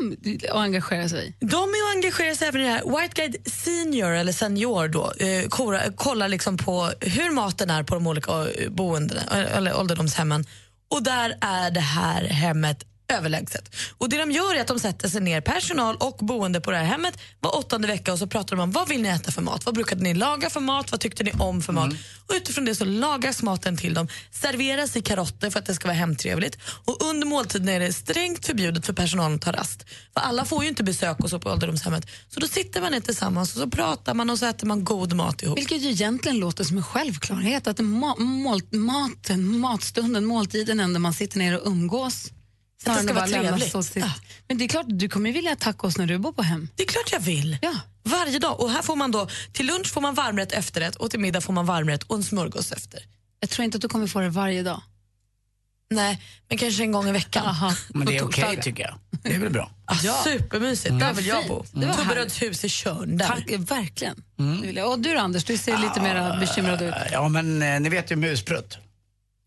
och engagerar sig?
De är och engagerar sig även i det här. White Guide Senior, eller Senior då, eh, kora- kollar liksom på hur maten är på de olika eh, boendena, eh, eller ålderdomshemmen. Och där är det här hemmet överlägset. Och det de gör är att de sätter sig ner, personal och boende på det här hemmet var åttonde vecka och så pratar de om vad vill ni äta för mat? Vad brukade ni laga för mat? Vad tyckte ni om för mat?
Mm.
Och utifrån det så lagas maten till dem, serveras i karotter för att det ska vara hemtrevligt och under måltiden är det strängt förbjudet för personalen att ta rast. För alla får ju inte besök och så på ålderdomshemmet. Så då sitter man ner tillsammans och så pratar man och så äter man god mat ihop.
Vilket ju egentligen låter som en självklarhet att ma- mål- maten, matstunden, måltiden är när man sitter ner och umgås.
Att det
Snarare
ska
än
vara
bara lämnas
trevligt.
åt sitt- Men det är klart, du kommer ju vilja ha tacos när du bor på hem.
Det är klart jag vill. Varje dag. Och här får man då, till lunch får man varmrätt efterrätt och till middag får man varmrätt och en smörgås efter.
Jag tror inte att du kommer få det varje dag.
Nej, men kanske en gång i veckan.
Men det är
På
okej
torsdagar.
tycker jag. Det är väl bra.
Ah, Supermysigt,
Mm.
där vill jag bo.
Fint. Det var
Tubberöds hus i Tjörn. Där.
Tack, verkligen.
Mm.
Det vill jag. Och du då, Anders, du ser lite mer bekymrad ut.
Ja, men eh, ni vet ju musprutt.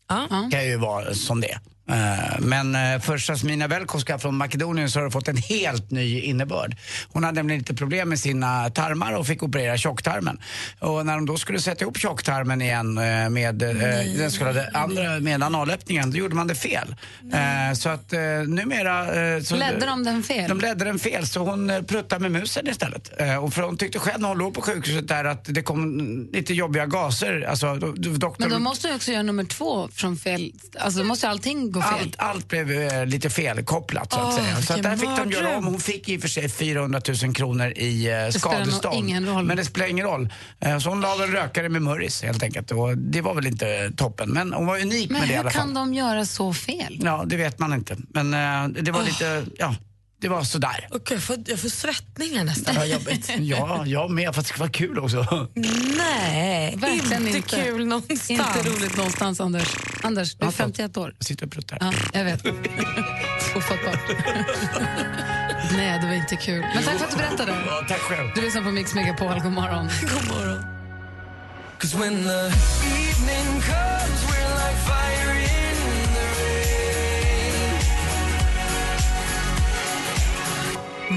Ja.
kan ju vara som det är. Eh, Men eh, för Jasmina Velkovska från Makedonien så har det fått en helt ny innebörd. Hon hade nämligen lite problem med sina tarmar och fick operera tjocktarmen. Och när de då skulle sätta ihop tjocktarmen igen eh, med eh, den så kallade andra, med analöppningen, då gjorde man det fel. Eh, Så att eh, numera... eh, Så
Ledde de den fel?
De ledde den fel så hon eh, pruttade med musen istället. Eh, Och för hon tyckte själv när hon låg på sjukhuset där att det kom mm, lite jobbiga gaser. Alltså, do- do- doktorn...
Men då måste jag också göra nummer två från fel... Alltså då måste allting gå fel.
Allt, allt blev eh, lite felkopplat så att
Åh,
säga. Så att
vilken
där fick de göra om.
mardröm.
Hon fick i och för sig 400 000 kronor i eh,
spelar nog
skadestånd.
ingen roll.
Men det spelar ingen roll. Eh, så hon la väl rökare med Murris helt enkelt. Och det var väl inte eh, toppen. Men hon var unik
Men
med det i
hur
alla fall.
kan de göra så fel?
Ja, det vet man inte. Men eh, det var lite, ja, det var sådär.
Okej, jag får, jag får svettningar nästan.
Vad jobbigt. ja, jag med. För att det ska vara kul också.
Nej,
Verkligen inte,
kul någonstans.
Inte roligt någonstans, Anders. Anders, du är
Ja, förlåt.
51 år.
Alltså, Jag sitter och pruttar.
Ja, jag vet. Ofattbart. Nej, det var inte kul. Men tack för att du berättade.
Ja, tack själv.
Du lyssnar på Mix Megapol. God morgon. God morgon.
'Cause when the evening comes, we're like fire in the rain.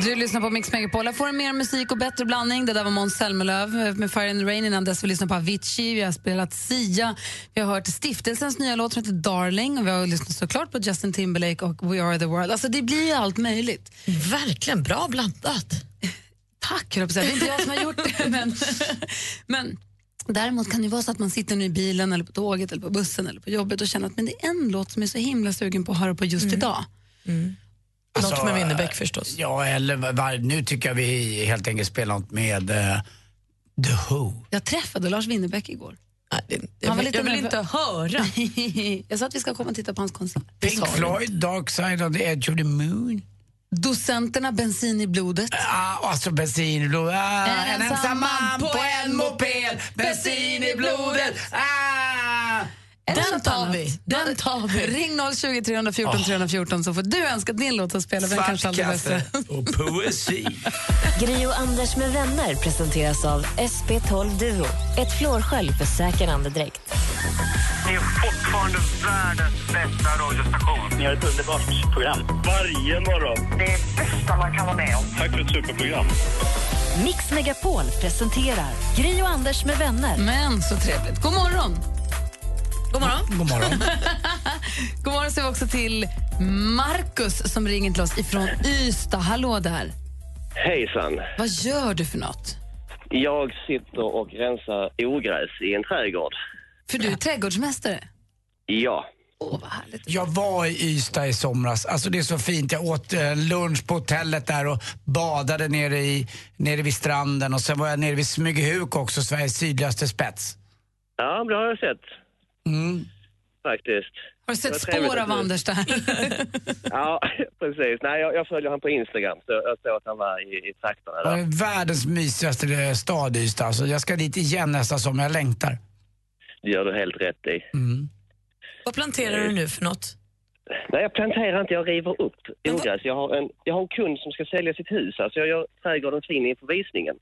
Du lyssnar på Mix Megapol. Här får du mer musik och bättre blandning. Det där var Måns Zelmerlöw eh, med Fire in the Rain. Innan dess vi lyssnade på Avicii, vi har spelat Sia. Vi har hört Stiftelsens nya låt som heter Darling. Och vi har lyssnat såklart på Justin Timberlake och We Are the World. Alltså det blir ju allt möjligt.
Verkligen bra blandat.
Tack, höll jag på att säga. Det är inte jag som har gjort det. Men, men däremot kan det vara så att man sitter nu i bilen, eller på tåget, eller på bussen eller på jobbet och känner att men det är en låt som är så himla sugen på att höra på just
Mm.
idag.
Något med Winnerbäck förstås.
Alltså, Ja, eller var- var, nu tycker jag vi helt enkelt spelar något med eh, The Who.
Jag träffade Lars Winnerbäck igår.
jag vill- jag vill inte höra.
jag sa att vi ska komma och titta på hans konsert. Det sa
Pink
jag
Floyd, Dark Side of the Edge of the Moon.
Docenterna bensin i blodet.
Ah, alltså bensin i blodet. Ah, en ensam man på en moped. Bensin i blodet. Ah!
Den tar vi. Den tar vi. Ring 020 314
Ah.
314 så får du önska din låt att spela. Den kanske allra bästa.
och poesi.
Gri och Anders med vänner presenteras av SP12 Duo. Ett flårskölj för säker andedräkt.
Ni är fortfarande världens bästa radiostation. Ni har ett underbart program. Varje morgon. Det är det bästa man kan vara med om. Tack för ett superprogram.
Mix Megapol presenterar Gri och Anders med vänner.
Men så trevligt. God morgon! God morgon.
God morgon.
God morgon säger vi också till Markus som ringer till oss ifrån Ystad. Hallå där.
Hejsan!
Vad gör du för något?
Jag sitter och rensar ogräs i en trädgård.
För du är trädgårdsmästare.
Ja.
Jag var i Ystad i somras. Alltså det är så fint. Jag åt eh, lunch på hotellet där och badade nere, i, nere vid stranden. Och sen var jag nere vid Smygehuk också, Sveriges sydligaste spets.
Ja, men det har jag sett. Faktiskt.
Har du
Det var
sett
trevligt
spår
att
av
du-
Anders där?
Ja, precis. Nej, jag, jag följer honom på Instagram. Så jag såg att han var i, i trakterna
Det
där.
är världens mysigaste eh, stad Ystad. Alltså jag ska dit igen nästa sommar. Jag längtar.
Det gör du helt rätt i.
Vad planterar du nu för något?
Nej, jag planterar inte. Jag river upp ogräs. Jag har, en, jag har en kund som ska sälja sitt hus. Alltså jag gör trädgården fin inför visningen.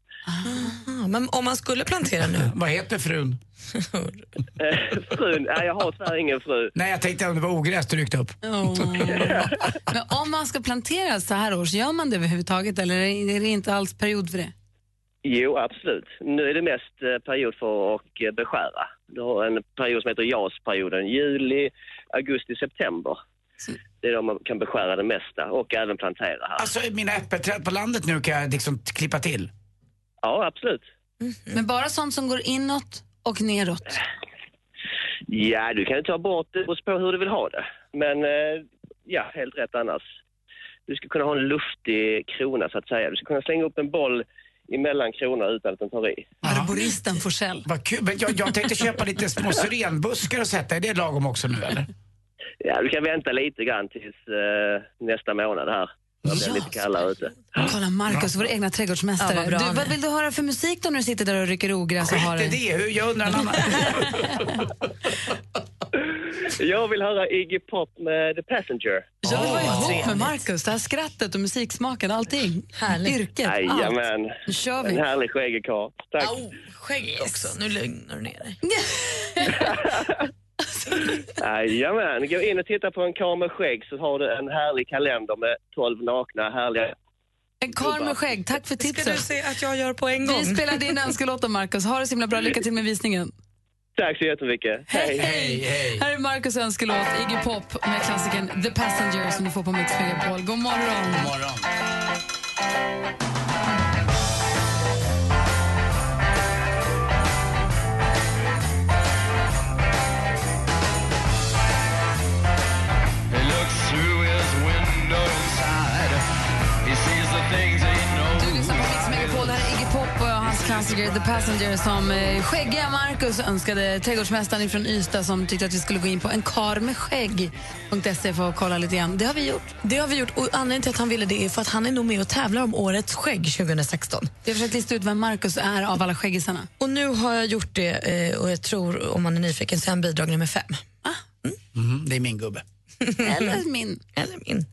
Ah, men om man skulle plantera nu?
Vad heter frun?
Eh, Frun? Nej, jag har tyvärr ingen fru.
Nej, jag tänkte om det var ogräs du ryckte upp.
Oh.
Men om man ska plantera så här års, gör man det överhuvudtaget eller är det inte alls period för det?
Jo, absolut. Nu är det mest eh, period för att eh, beskära. Du har en period som heter JAS-perioden. Juli, augusti, september. Det är då man kan beskära det mesta och även plantera här.
Alltså mina äppelträd på landet nu kan jag liksom t- klippa till.
Ja, absolut. Mhm.
Men bara sånt som går inåt och neråt.
Ja, du kan ju ta bort det och på hur du vill ha det. Men eh, ja, helt rätt annars. Du ska kunna ha en luftig krona så att säga. Du ska kunna slänga upp en boll emellan kronorna utan att den tar i.
Arboristen Forsell.
Vad kul. Men jag, jag tänkte köpa lite små syrenbuskar och sätta. Är det lagom också nu eller?
Ja, du kan vänta lite grann tills eh, nästa månad här. Det blir lite kallare ute.
Kolla Markus, vår egna trädgårdsmästare.
Ja, vad bra
du,
han
vad
är.
vill du höra för musik då när du sitter där och rycker ogräs och har
Skit i
en...
det,
hur- jag undrar en annan.
Jag vill höra Iggy Pop med The Passenger.
Jag vill vara ihop med Markus. Det här skrattet och musiksmaken, allting. Yrket, allt.
Jajamän.
Nu kör vi.
En härlig skäggig karl. Tack.
Skägg också, nu lugnar du ner dig.
Alltså,
Jajamän, gå in och titta på en karl med skägg så har du en härlig kalender med 12 nakna härliga...
En karl med skägg, tack för tipset.
du
se att jag gör på en Mm.
Vi
gång?
spelar din önskelåt då, Markus. Ha det så himla bra. Lycka till med visningen.
Tack så jättemycket. Hej!
Här är Markus önskelåt, Iggy Pop med klassikern The Passenger som du får på Mix Megapol. God morgon! God
morgon.
He looks through his window inside. He sees the things he knows.
Du lyssnar på Mix Megapol. Här är Iggy Pop och hans klassiker The Passenger som eh, skäggiga Markus önskade trädgårdsmästaren från Ystad som tyckte att vi skulle gå in på enkarmedskägg.se för att kolla lite grann. Det har vi gjort.
Det har vi gjort och anledningen till att han ville det är för att han är nog med och tävlar om årets skägg 2016.
Jag har försökt lista ut vem Markus är av alla skäggisarna.
Och nu har jag gjort det eh, och jag tror, om man är nyfiken, så är han bidrag nummer fem.
Mhm, det är min gubbe.
Eller min. Mm.
Eller min.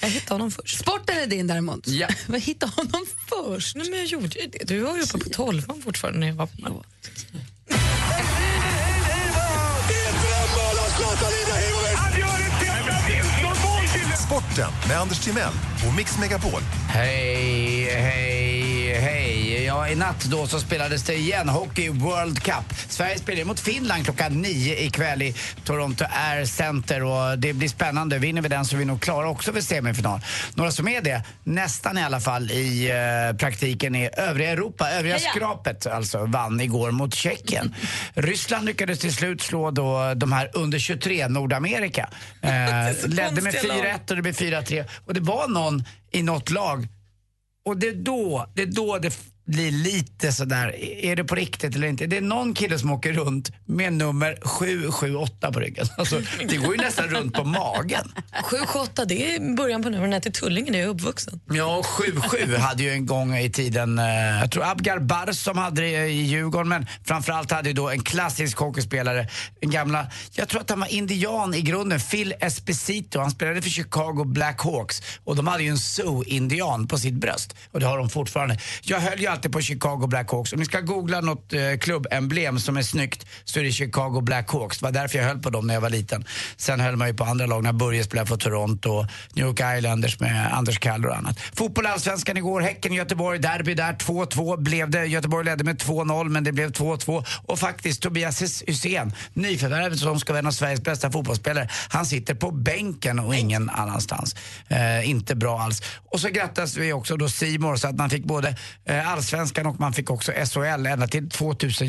Jag hittade honom först.
Sporten är din däremot.
Ja.
Vad hittade honom först?
Nej, men jag gjorde ju det. Du var ju uppe på tolvan fortfarande när jag var på
Sporten med Anders Timell och Mix Megapol.
Hej, hej, hej. Ja, i natt då så spelades det igen Hockey World Cup. Sverige spelar mot Finland klockan nio ikväll i Toronto Air Center och det blir spännande. Vinner vi den så är vi nog klara också för semifinal. Några som är det, nästan i alla fall i eh, praktiken, är övriga Europa. Övriga
Heja!
skrapet alltså vann igår mot Tjeckien. Ryssland lyckades till slut slå då de här under 23 Nordamerika. Eh,
så
ledde med
konstiga lag.
4-1 och det blev 4-3. Och det var någon i något lag och det är då det, är då det f- blir lite sådär, är det på riktigt eller inte? Det är någon kille som åker runt med nummer 778 på ryggen. Alltså, det går ju nästan runt på magen.
7-8, det är början på numren här till Tullinge när jag är uppvuxen.
Ja, 7-7 hade ju en gång i tiden, eh, jag tror Abgar Barr som hade det i Djurgården, men framförallt hade ju då en klassisk hockeyspelare, en gamla, jag tror att han var indian i grunden, Phil Esposito, han spelade för Chicago Blackhawks och de hade ju en Sioux-indian på sitt bröst och det har de fortfarande. Jag höll ju alltid på Chicago Blackhawks, om ni ska googla något eh, klubbemblem som är snyggt så är det Chicago Blackhawks, det var därför jag höll på dem när jag var liten. Sen höll man ju på andra lag när Börje spelade för Toronto och New York Islanders med Anders Kall och annat. Fotboll i Allsvenskan igår, Häcken-Göteborg, derby där, 2-2 blev det. Göteborg ledde med 2-0 men det blev 2-2 och faktiskt Tobias Hys- Hysén, nyförvärvet som ska vara en av Sveriges bästa fotbollsspelare, han sitter på bänken och ingen annanstans. Eh, inte bra alls. Och så grattas vi också då Simor så att man fick både eh, Allsvenskan och man fick också SHL ända till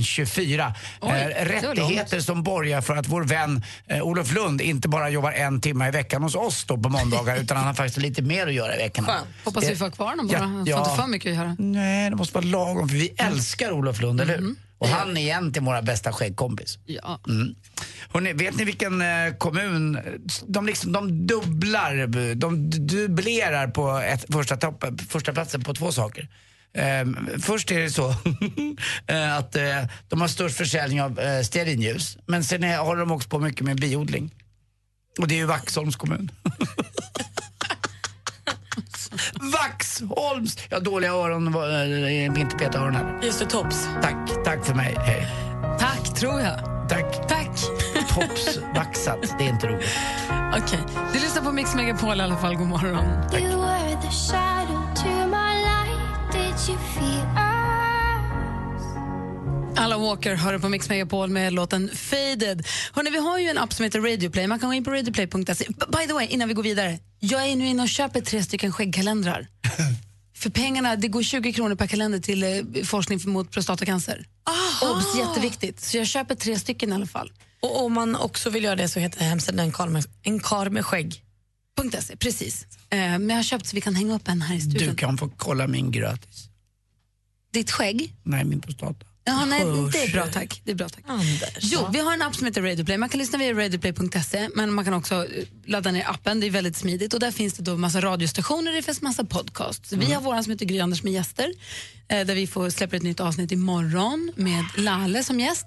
2024.
Oj,
Eh,
det var långt.
rättigheter nyheter som borgar för att vår vän eh, Olof Lund inte bara jobbar en timme i veckan hos oss då på måndagar utan han har faktiskt lite mer att göra i veckan.
Skönt. Hoppas vi får ha kvar honom bara. Han får inte för mycket att göra.
Nej, det måste vara lagom för vi älskar Olof Lund, eller hur? Och han är egentligen våra bästa skäggkompis.
Ja.
Mm. Hörrni, vet ni vilken eh, kommun, de, liksom, de dubblar, de d- dubblerar på ett, första, topp, första platsen på två saker. Ehm, först är det så eh, att eh, de har störst försäljning av eh, stearinljus, men sen är, håller de också på mycket med biodling. Och det är ju Vaxholms kommun. Vaxholms! Jag har dåliga öron, eh, inte peta öron här.
Just det, tops.
Tack, tack för mig. Hej.
Tack, tror jag.
Tack.
Tack.
Tops, vaxat. Det är inte roligt.
Okej. Du lyssnar på Mix Megapol i alla fall. God morgon.
You were the shadow to my light. Did you feel us?
Alla Walker hör du på Mix Megapol med låten Faded. Hörrni, vi har ju en app som heter Radioplay. Man kan gå in på radioplay.se. B- By the way, innan vi går vidare. Jag är nu inne och köper tre stycken skäggkalendrar. För pengarna, det går 20 kronor per kalender till eh, forskning mot prostatacancer. Obs, jätteviktigt. Så jag köper tre stycken i alla fall.
Och om man också vill göra det så heter hemsidan En karl med, en karl med skägg.
.se, precis. Eh, Men jag har köpt så vi kan hänga upp en här i studion.
Du kan få kolla min gratis.
Ditt skägg?
Nej, min prostata.
Ja, nej,
Hörs.
det är bra tack. Det är bra, tack. Jo, vi har en app som heter Radioplay. Man kan lyssna via radioplay.se men man kan också eh, ladda ner appen. Det är väldigt smidigt. Och Där finns det då massa radiostationer det finns massa podcasts. Vi har våran som heter Gry Anders med gäster eh, där vi får släppa ett nytt avsnitt imorgon med Lalle som gäst.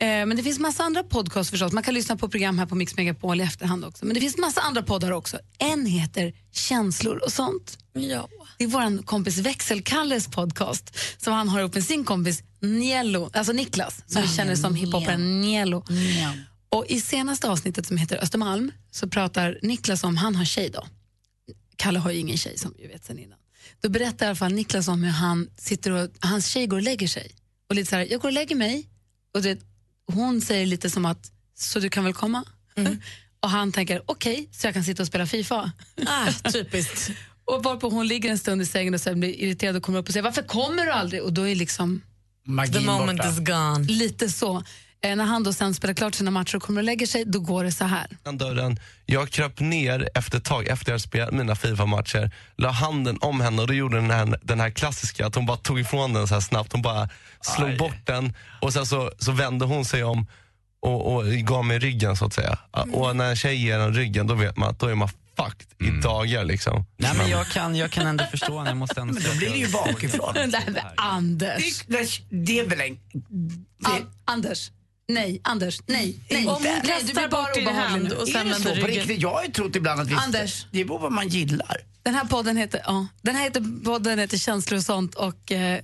Eh, Men det finns massa andra podcasts förstås. Man kan lyssna på program här på Mix Megapol i efterhand också. Men det finns massa andra poddar också. En heter Känslor och sånt.
Ja.
Det är vår kompis Växelkalles podcast som han har ihop med sin kompis Niello, alltså Niklas som vi känner som hiphoparen Niello. Och I senaste avsnittet som heter Östermalm så pratar Niklas om, han har tjej då. Kalle har ju ingen tjej som vi vet sen innan. Då berättar i alla fall Niklas om hur han sitter och, hans tjej går och lägger sig. Och lite så här, jag går och lägger mig. Och det, hon säger lite som att, så du kan väl komma?
Mm.
och han tänker, okej, så jag kan sitta och spela Fifa.
Ah, typiskt.
och varpå hon ligger en stund i sängen och sen blir irriterad och kommer upp och säger, varför kommer du aldrig? Och då är liksom
Magin
The moment
borta.
is gone.
Lite så. Eh, när han då sen spelar klart sina matcher och kommer och lägger sig, då går det så här.
öppnade dörren. Jag kröp ner efter ett tag, efter jag hade spelat mina Fifa-matcher, la handen om henne och då gjorde den här, den här klassiska, att hon bara tog ifrån den så här snabbt. Hon bara slog bort den och sen så, så vände hon sig om och, och gav mig ryggen så att säga. Och när en tjej ger en ryggen, då vet man att då är man fucked i dagar liksom.
Mm. Nej, men jag kan, jag kan ändå förstå henne. Jag måste ändå men då blir det ju
bakifrån.
Nej, men Anders.
Det, det är väl en...
An- Anders. Nej, Anders. Nej, nej.
Inte.
nej, du blir bara obehaglig nu.
är det så? På riktigt? Jag har ju trott ibland att vi...
Anders.
Det beror på vad man gillar.
Den här podden heter, ja, den här heter, podden heter Känslor och sånt och eh,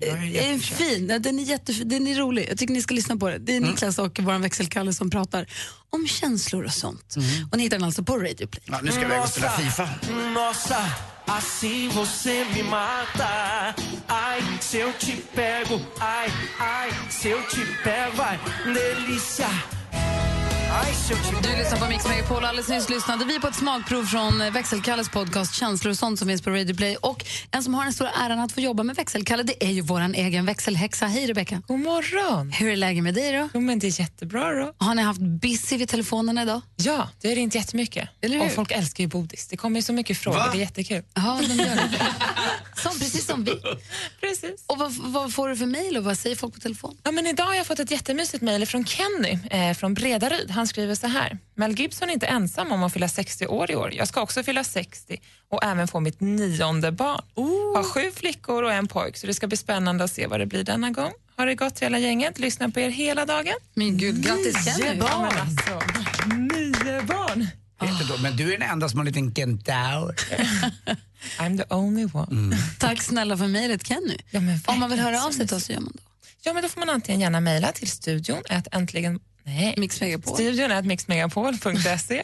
är en fin, ja, den är jättefin, den är rolig. Jag tycker ni ska lyssna på det.
Mm.
Det är Niklas och vår växelkalle som pratar om känslor och sånt. Och ni hittar den alltså på Radio Play.
Ja, nu ska vi iväg och spela Fifa.
Nossa, assim você me mata. Ai, se eu te pego, ai, ai, se eu te pego, vai, delícia. Ai, se eu te
Du lyssnar på Mix Megapol. Alldeles nyss lyssnade vi på ett smakprov från eh, Växelkalles podcast Känslor och sånt som finns på Radio Play. Och en som har den stora äran att få jobba med Växelkalle det är ju vår egen växelhäxa. Hej Rebecka! God morgon! Hur är läget med dig då?
Jo, men det är jättebra då.
Har ni haft busy vid telefonerna idag?
Ja, det är inte jättemycket.
Eller hur?
Och folk älskar ju Bodis. Det kommer ju så mycket frågor.
Va?
Det är jättekul.
Ja, de gör det. Som, precis som vi.
Precis.
Och vad, vad får du för mejl och vad säger folk på telefon?
Ja, men idag har jag fått ett jättemysigt mejl från Kenny eh, från Bredaryd. Han skriver så här. Mel Gibson är inte ensam om att fylla 60 år i år. Jag ska också fylla 60 och även få mitt nionde barn. Har sju flickor och en pojk, så det ska bli spännande att se vad det blir denna gång. Har det gott hela gänget? Lyssna på er hela dagen.
Min gud,
grattis, Kenny.
Ja, men alltså, nio barn!
Vet du då, men du är den enda som har en liten kentaur. Mm.
I'm the only one.
Tack snälla för mejlet Kenny. Om man vill höra av sig till oss så gör man det.
Ja, men då får man antingen gärna mejla till studion att äntligen nej,
mixmegapol.
studion at mixmegapol.se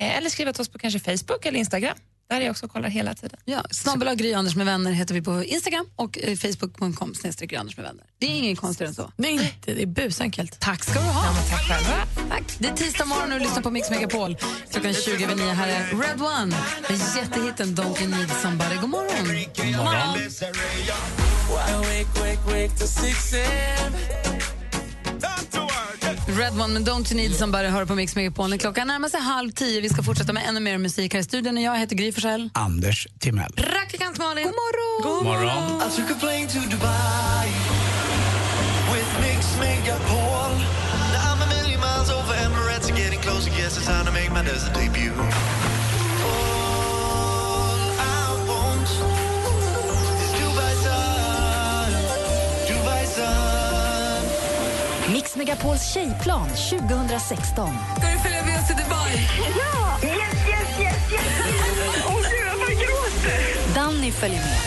eh, eller skriva till oss på kanske Facebook eller Instagram. Där är jag också och kollar hela tiden.
Ja, Snabel och Gry Anders med vänner heter vi på Instagram och eh, facebook.com snedstreck Gry Anders med vänner. Det är ingen konstigare än så.
Mm. Nej, det är busenkelt.
Tack ska du ha.
tack själva.
Det är tisdag morgon och du lyssnar på Mix Megapol. Klockan 20 över 9. Här är Red One med jättehitten Don't You Need Somebody. God morgon. Red One med Don't You Need Somebody hör på Mix Megapol. Klockan närmar sig halv tio. Vi ska fortsätta med ännu mer musik här i studion. Jag heter Gry Forssell.
Anders Timell.
Praktikant Malin. God
God
morgon.
morgon.
I took a plane to Dubai with Mix Megapol. Now I'm a million miles over Emirates and getting closer. Yes, it's time to make my desert debut. All I want is Dubai sun, Dubai sun.
Mix Megapols tjejplan 2016.
Ska du följa med oss till Dubai?
Ja! Yes, yes, yes, yes! Oh, Åh gud, jag bara gråter! Danny följer med.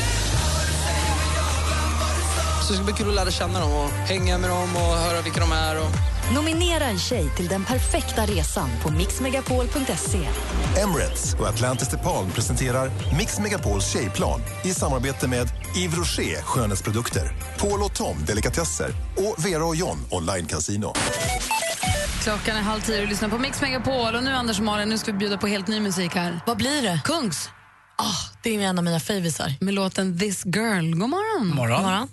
Så det ska bli kul att lära känna dem och hänga med dem och höra vilka de är. Och...
Nominera en tjej till den perfekta resan på mixmegapol.se.
Emirates och Atlantis DePaul presenterar Mix Megapols tjejplan i samarbete med Yves Rocher skönhetsprodukter, Paul och Tom delikatesser och Vera och John online casino.
Klockan är halv tio och du lyssnar på Mix Megapol. Och nu Anders och Malin, nu ska vi bjuda på helt ny musik här.
Vad blir det?
Kungs.
Ah, det är en av mina favisar.
Med låten This Girl. God morgon.
morgon. morgon.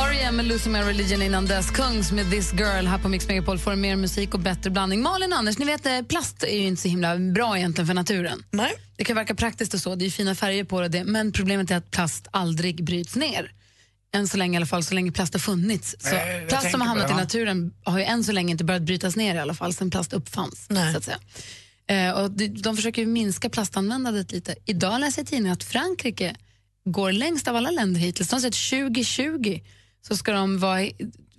R.E.M. E med Losing My Religion innan dess. Kungs med This Girl här på Mix Megapol får mer musik och bättre blandning. Malin och Anders, ni vet eh, plast är ju inte så himla bra egentligen för naturen.
Nej.
Det kan verka praktiskt och så, det är ju fina färger på det, och det men problemet är att plast aldrig bryts ner. Än så länge i alla fall, så länge plast har funnits. Så
Eh, jag
plast som
tänker
har
på
hamnat
det,
i
va?
naturen har ju än så länge inte börjat brytas ner i alla fall, sen plast uppfanns. Så att säga. Eh, och de, de försöker ju minska plastanvändandet lite. Idag läser jag i tidningen att Frankrike går längst av alla länder hittills. De säger att 2020 så ska de, vara, i-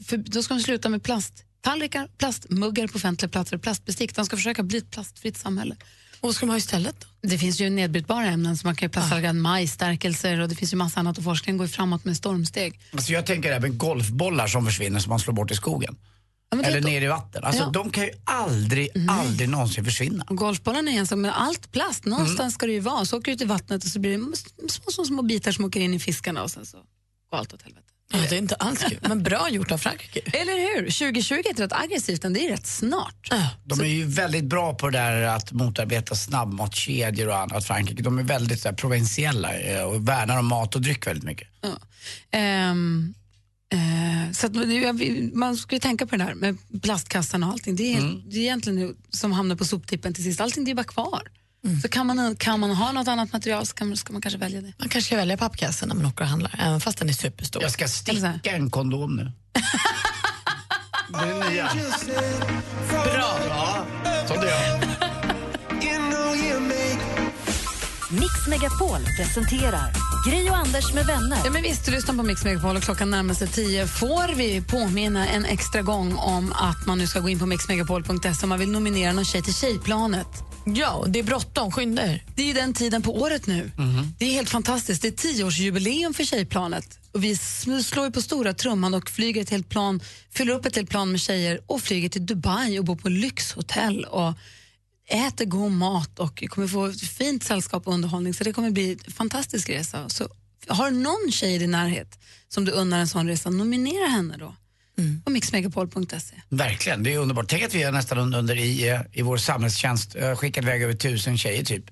för, då ska de sluta med plasttallrikar, plastmuggar på offentliga platser och plastbestick. De ska försöka bli ett plastfritt samhälle. Och vad ska de ha istället Ah. Det finns ju nedbrytbara ämnen som man kan ju plasttallrikar, majsstärkelser och det finns ju massa annat och forskningen går ju framåt med stormsteg.
Alltså jag tänker även golfbollar som försvinner som man slår bort i skogen. Eller ner i vatten. Alltså
Ja.
de kan ju aldrig, aldrig någonsin försvinna.
Och Golfbollen är en sak, men allt plast, någonstans ska det ju vara. Så åker det ut i vattnet och så blir det små, små, små, små bitar som åker in i fiskarna och sen så går allt åt helvete.
Ja, det är inte alls kul, men bra gjort av Frankrike.
Eller hur? 2020 är inte rätt aggressivt, men det är rätt snart.
De är ju väldigt bra på det där att motarbeta snabbmatskedjor och annat Frankrike. De är väldigt så här, provinsiella eh, och värnar om mat och dryck väldigt mycket.
Ja. Ehm, eh, så att, nu- jag vill- man ska ju tänka på det där med plastkassan och allting. Det är,
Mm.
det är egentligen nu som hamnar på soptippen till sist. Allting det är bara kvar.
Mm.
Så kan man, kan man ha något annat material så kan, man- ska man kanske välja det.
Man kanske ska välja pappkassen när man åker och handlar, även fast den är superstor. Alltså.
Jag ska sticka en kondom nu. Det är nya.
Bra!
Sånt är jag.
Mix Megapol presenterar Gri och Anders med vänner.
Ja, men visst, du lyssnar på Mix Megapol och klockan närmar sig tio. Får vi påminna en extra gång om att man nu ska gå in på mixmegapol.se om man vill nominera någon tjej till Tjejplanet?
Ja, och det är bråttom. Skynda er.
Det är ju den tiden på året nu. Det är helt fantastiskt. Det är tioårsjubileum för Tjejplanet. Och vi sl- slår ju på stora trumman och flyger ett helt plan, fyller upp ett helt plan med tjejer och flyger till Dubai och bor på lyxhotell och äter god mat och kommer få ett fint sällskap och underhållning. Så det kommer bli en fantastisk resa. Så har du någon tjej i din närhet som du unnar en sån resa, nominera henne då
Mm.
på mixmegapol.se.
Verkligen, det är underbart. Tänk att vi är nästan un- under i, eh, i vår samhällstjänst eh, skickat iväg över tusen tjejer typ.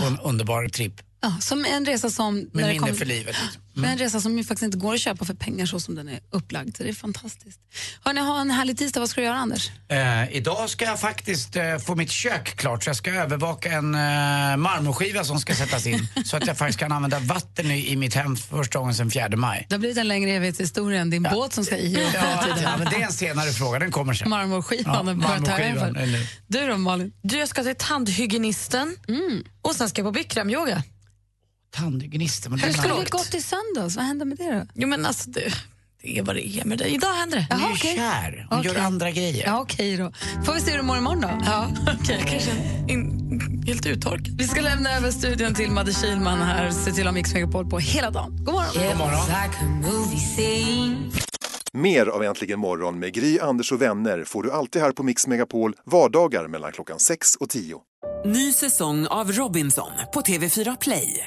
På en underbar tripp.
Ja, som en resa som... Ah. när det
minne för livet, liksom. Mm.
Men En resa som ju faktiskt inte går att köpa för pengar så som den är upplagd. Så det är fantastiskt. Hörni, ha en härlig tisdag. Vad ska du göra, Anders?
Eh, idag ska jag faktiskt eh, få mitt kök klart så jag ska övervaka en eh, marmorskiva som ska sättas in. så att jag faktiskt kan använda vatten i, i mitt hem för första gången sedan 4 maj.
Det har blivit en längre evighetshistoria än din båt som ska i. och
Ja,
hela
ja,
tiden.
men det är en senare fråga, den kommer sen.
Marmorskivan
Ja,
har börjat ta
marmorskivan
över.
är nu.
Du då, Malin?
Du, jag ska till tandhygienisten Mm. och sen ska jag på bikramyoga.
Tandhygienisten? men
Hur
det är
skulle
långt.
det gå
till söndags? Vad hände med det då?
Jo, men alltså, det, det är vad det är med det. Idag händer det.
Jaha, okej.
Hon
Okej.
gör andra grejer.
Ja, okej då. Får vi se hur du mår imorgon då? Ja, okej. Kanske helt uttorkad. Vi ska lämna över studion till Madde Kihlman här. Se till att ha Mix Megapol på hela dagen. God morgon.
God morgon. Mer av Äntligen morgon med Gry, Anders och vänner får du alltid här på Mix Megapol vardagar mellan klockan 6 och 10.
Ny säsong av Robinson på TV4 Play.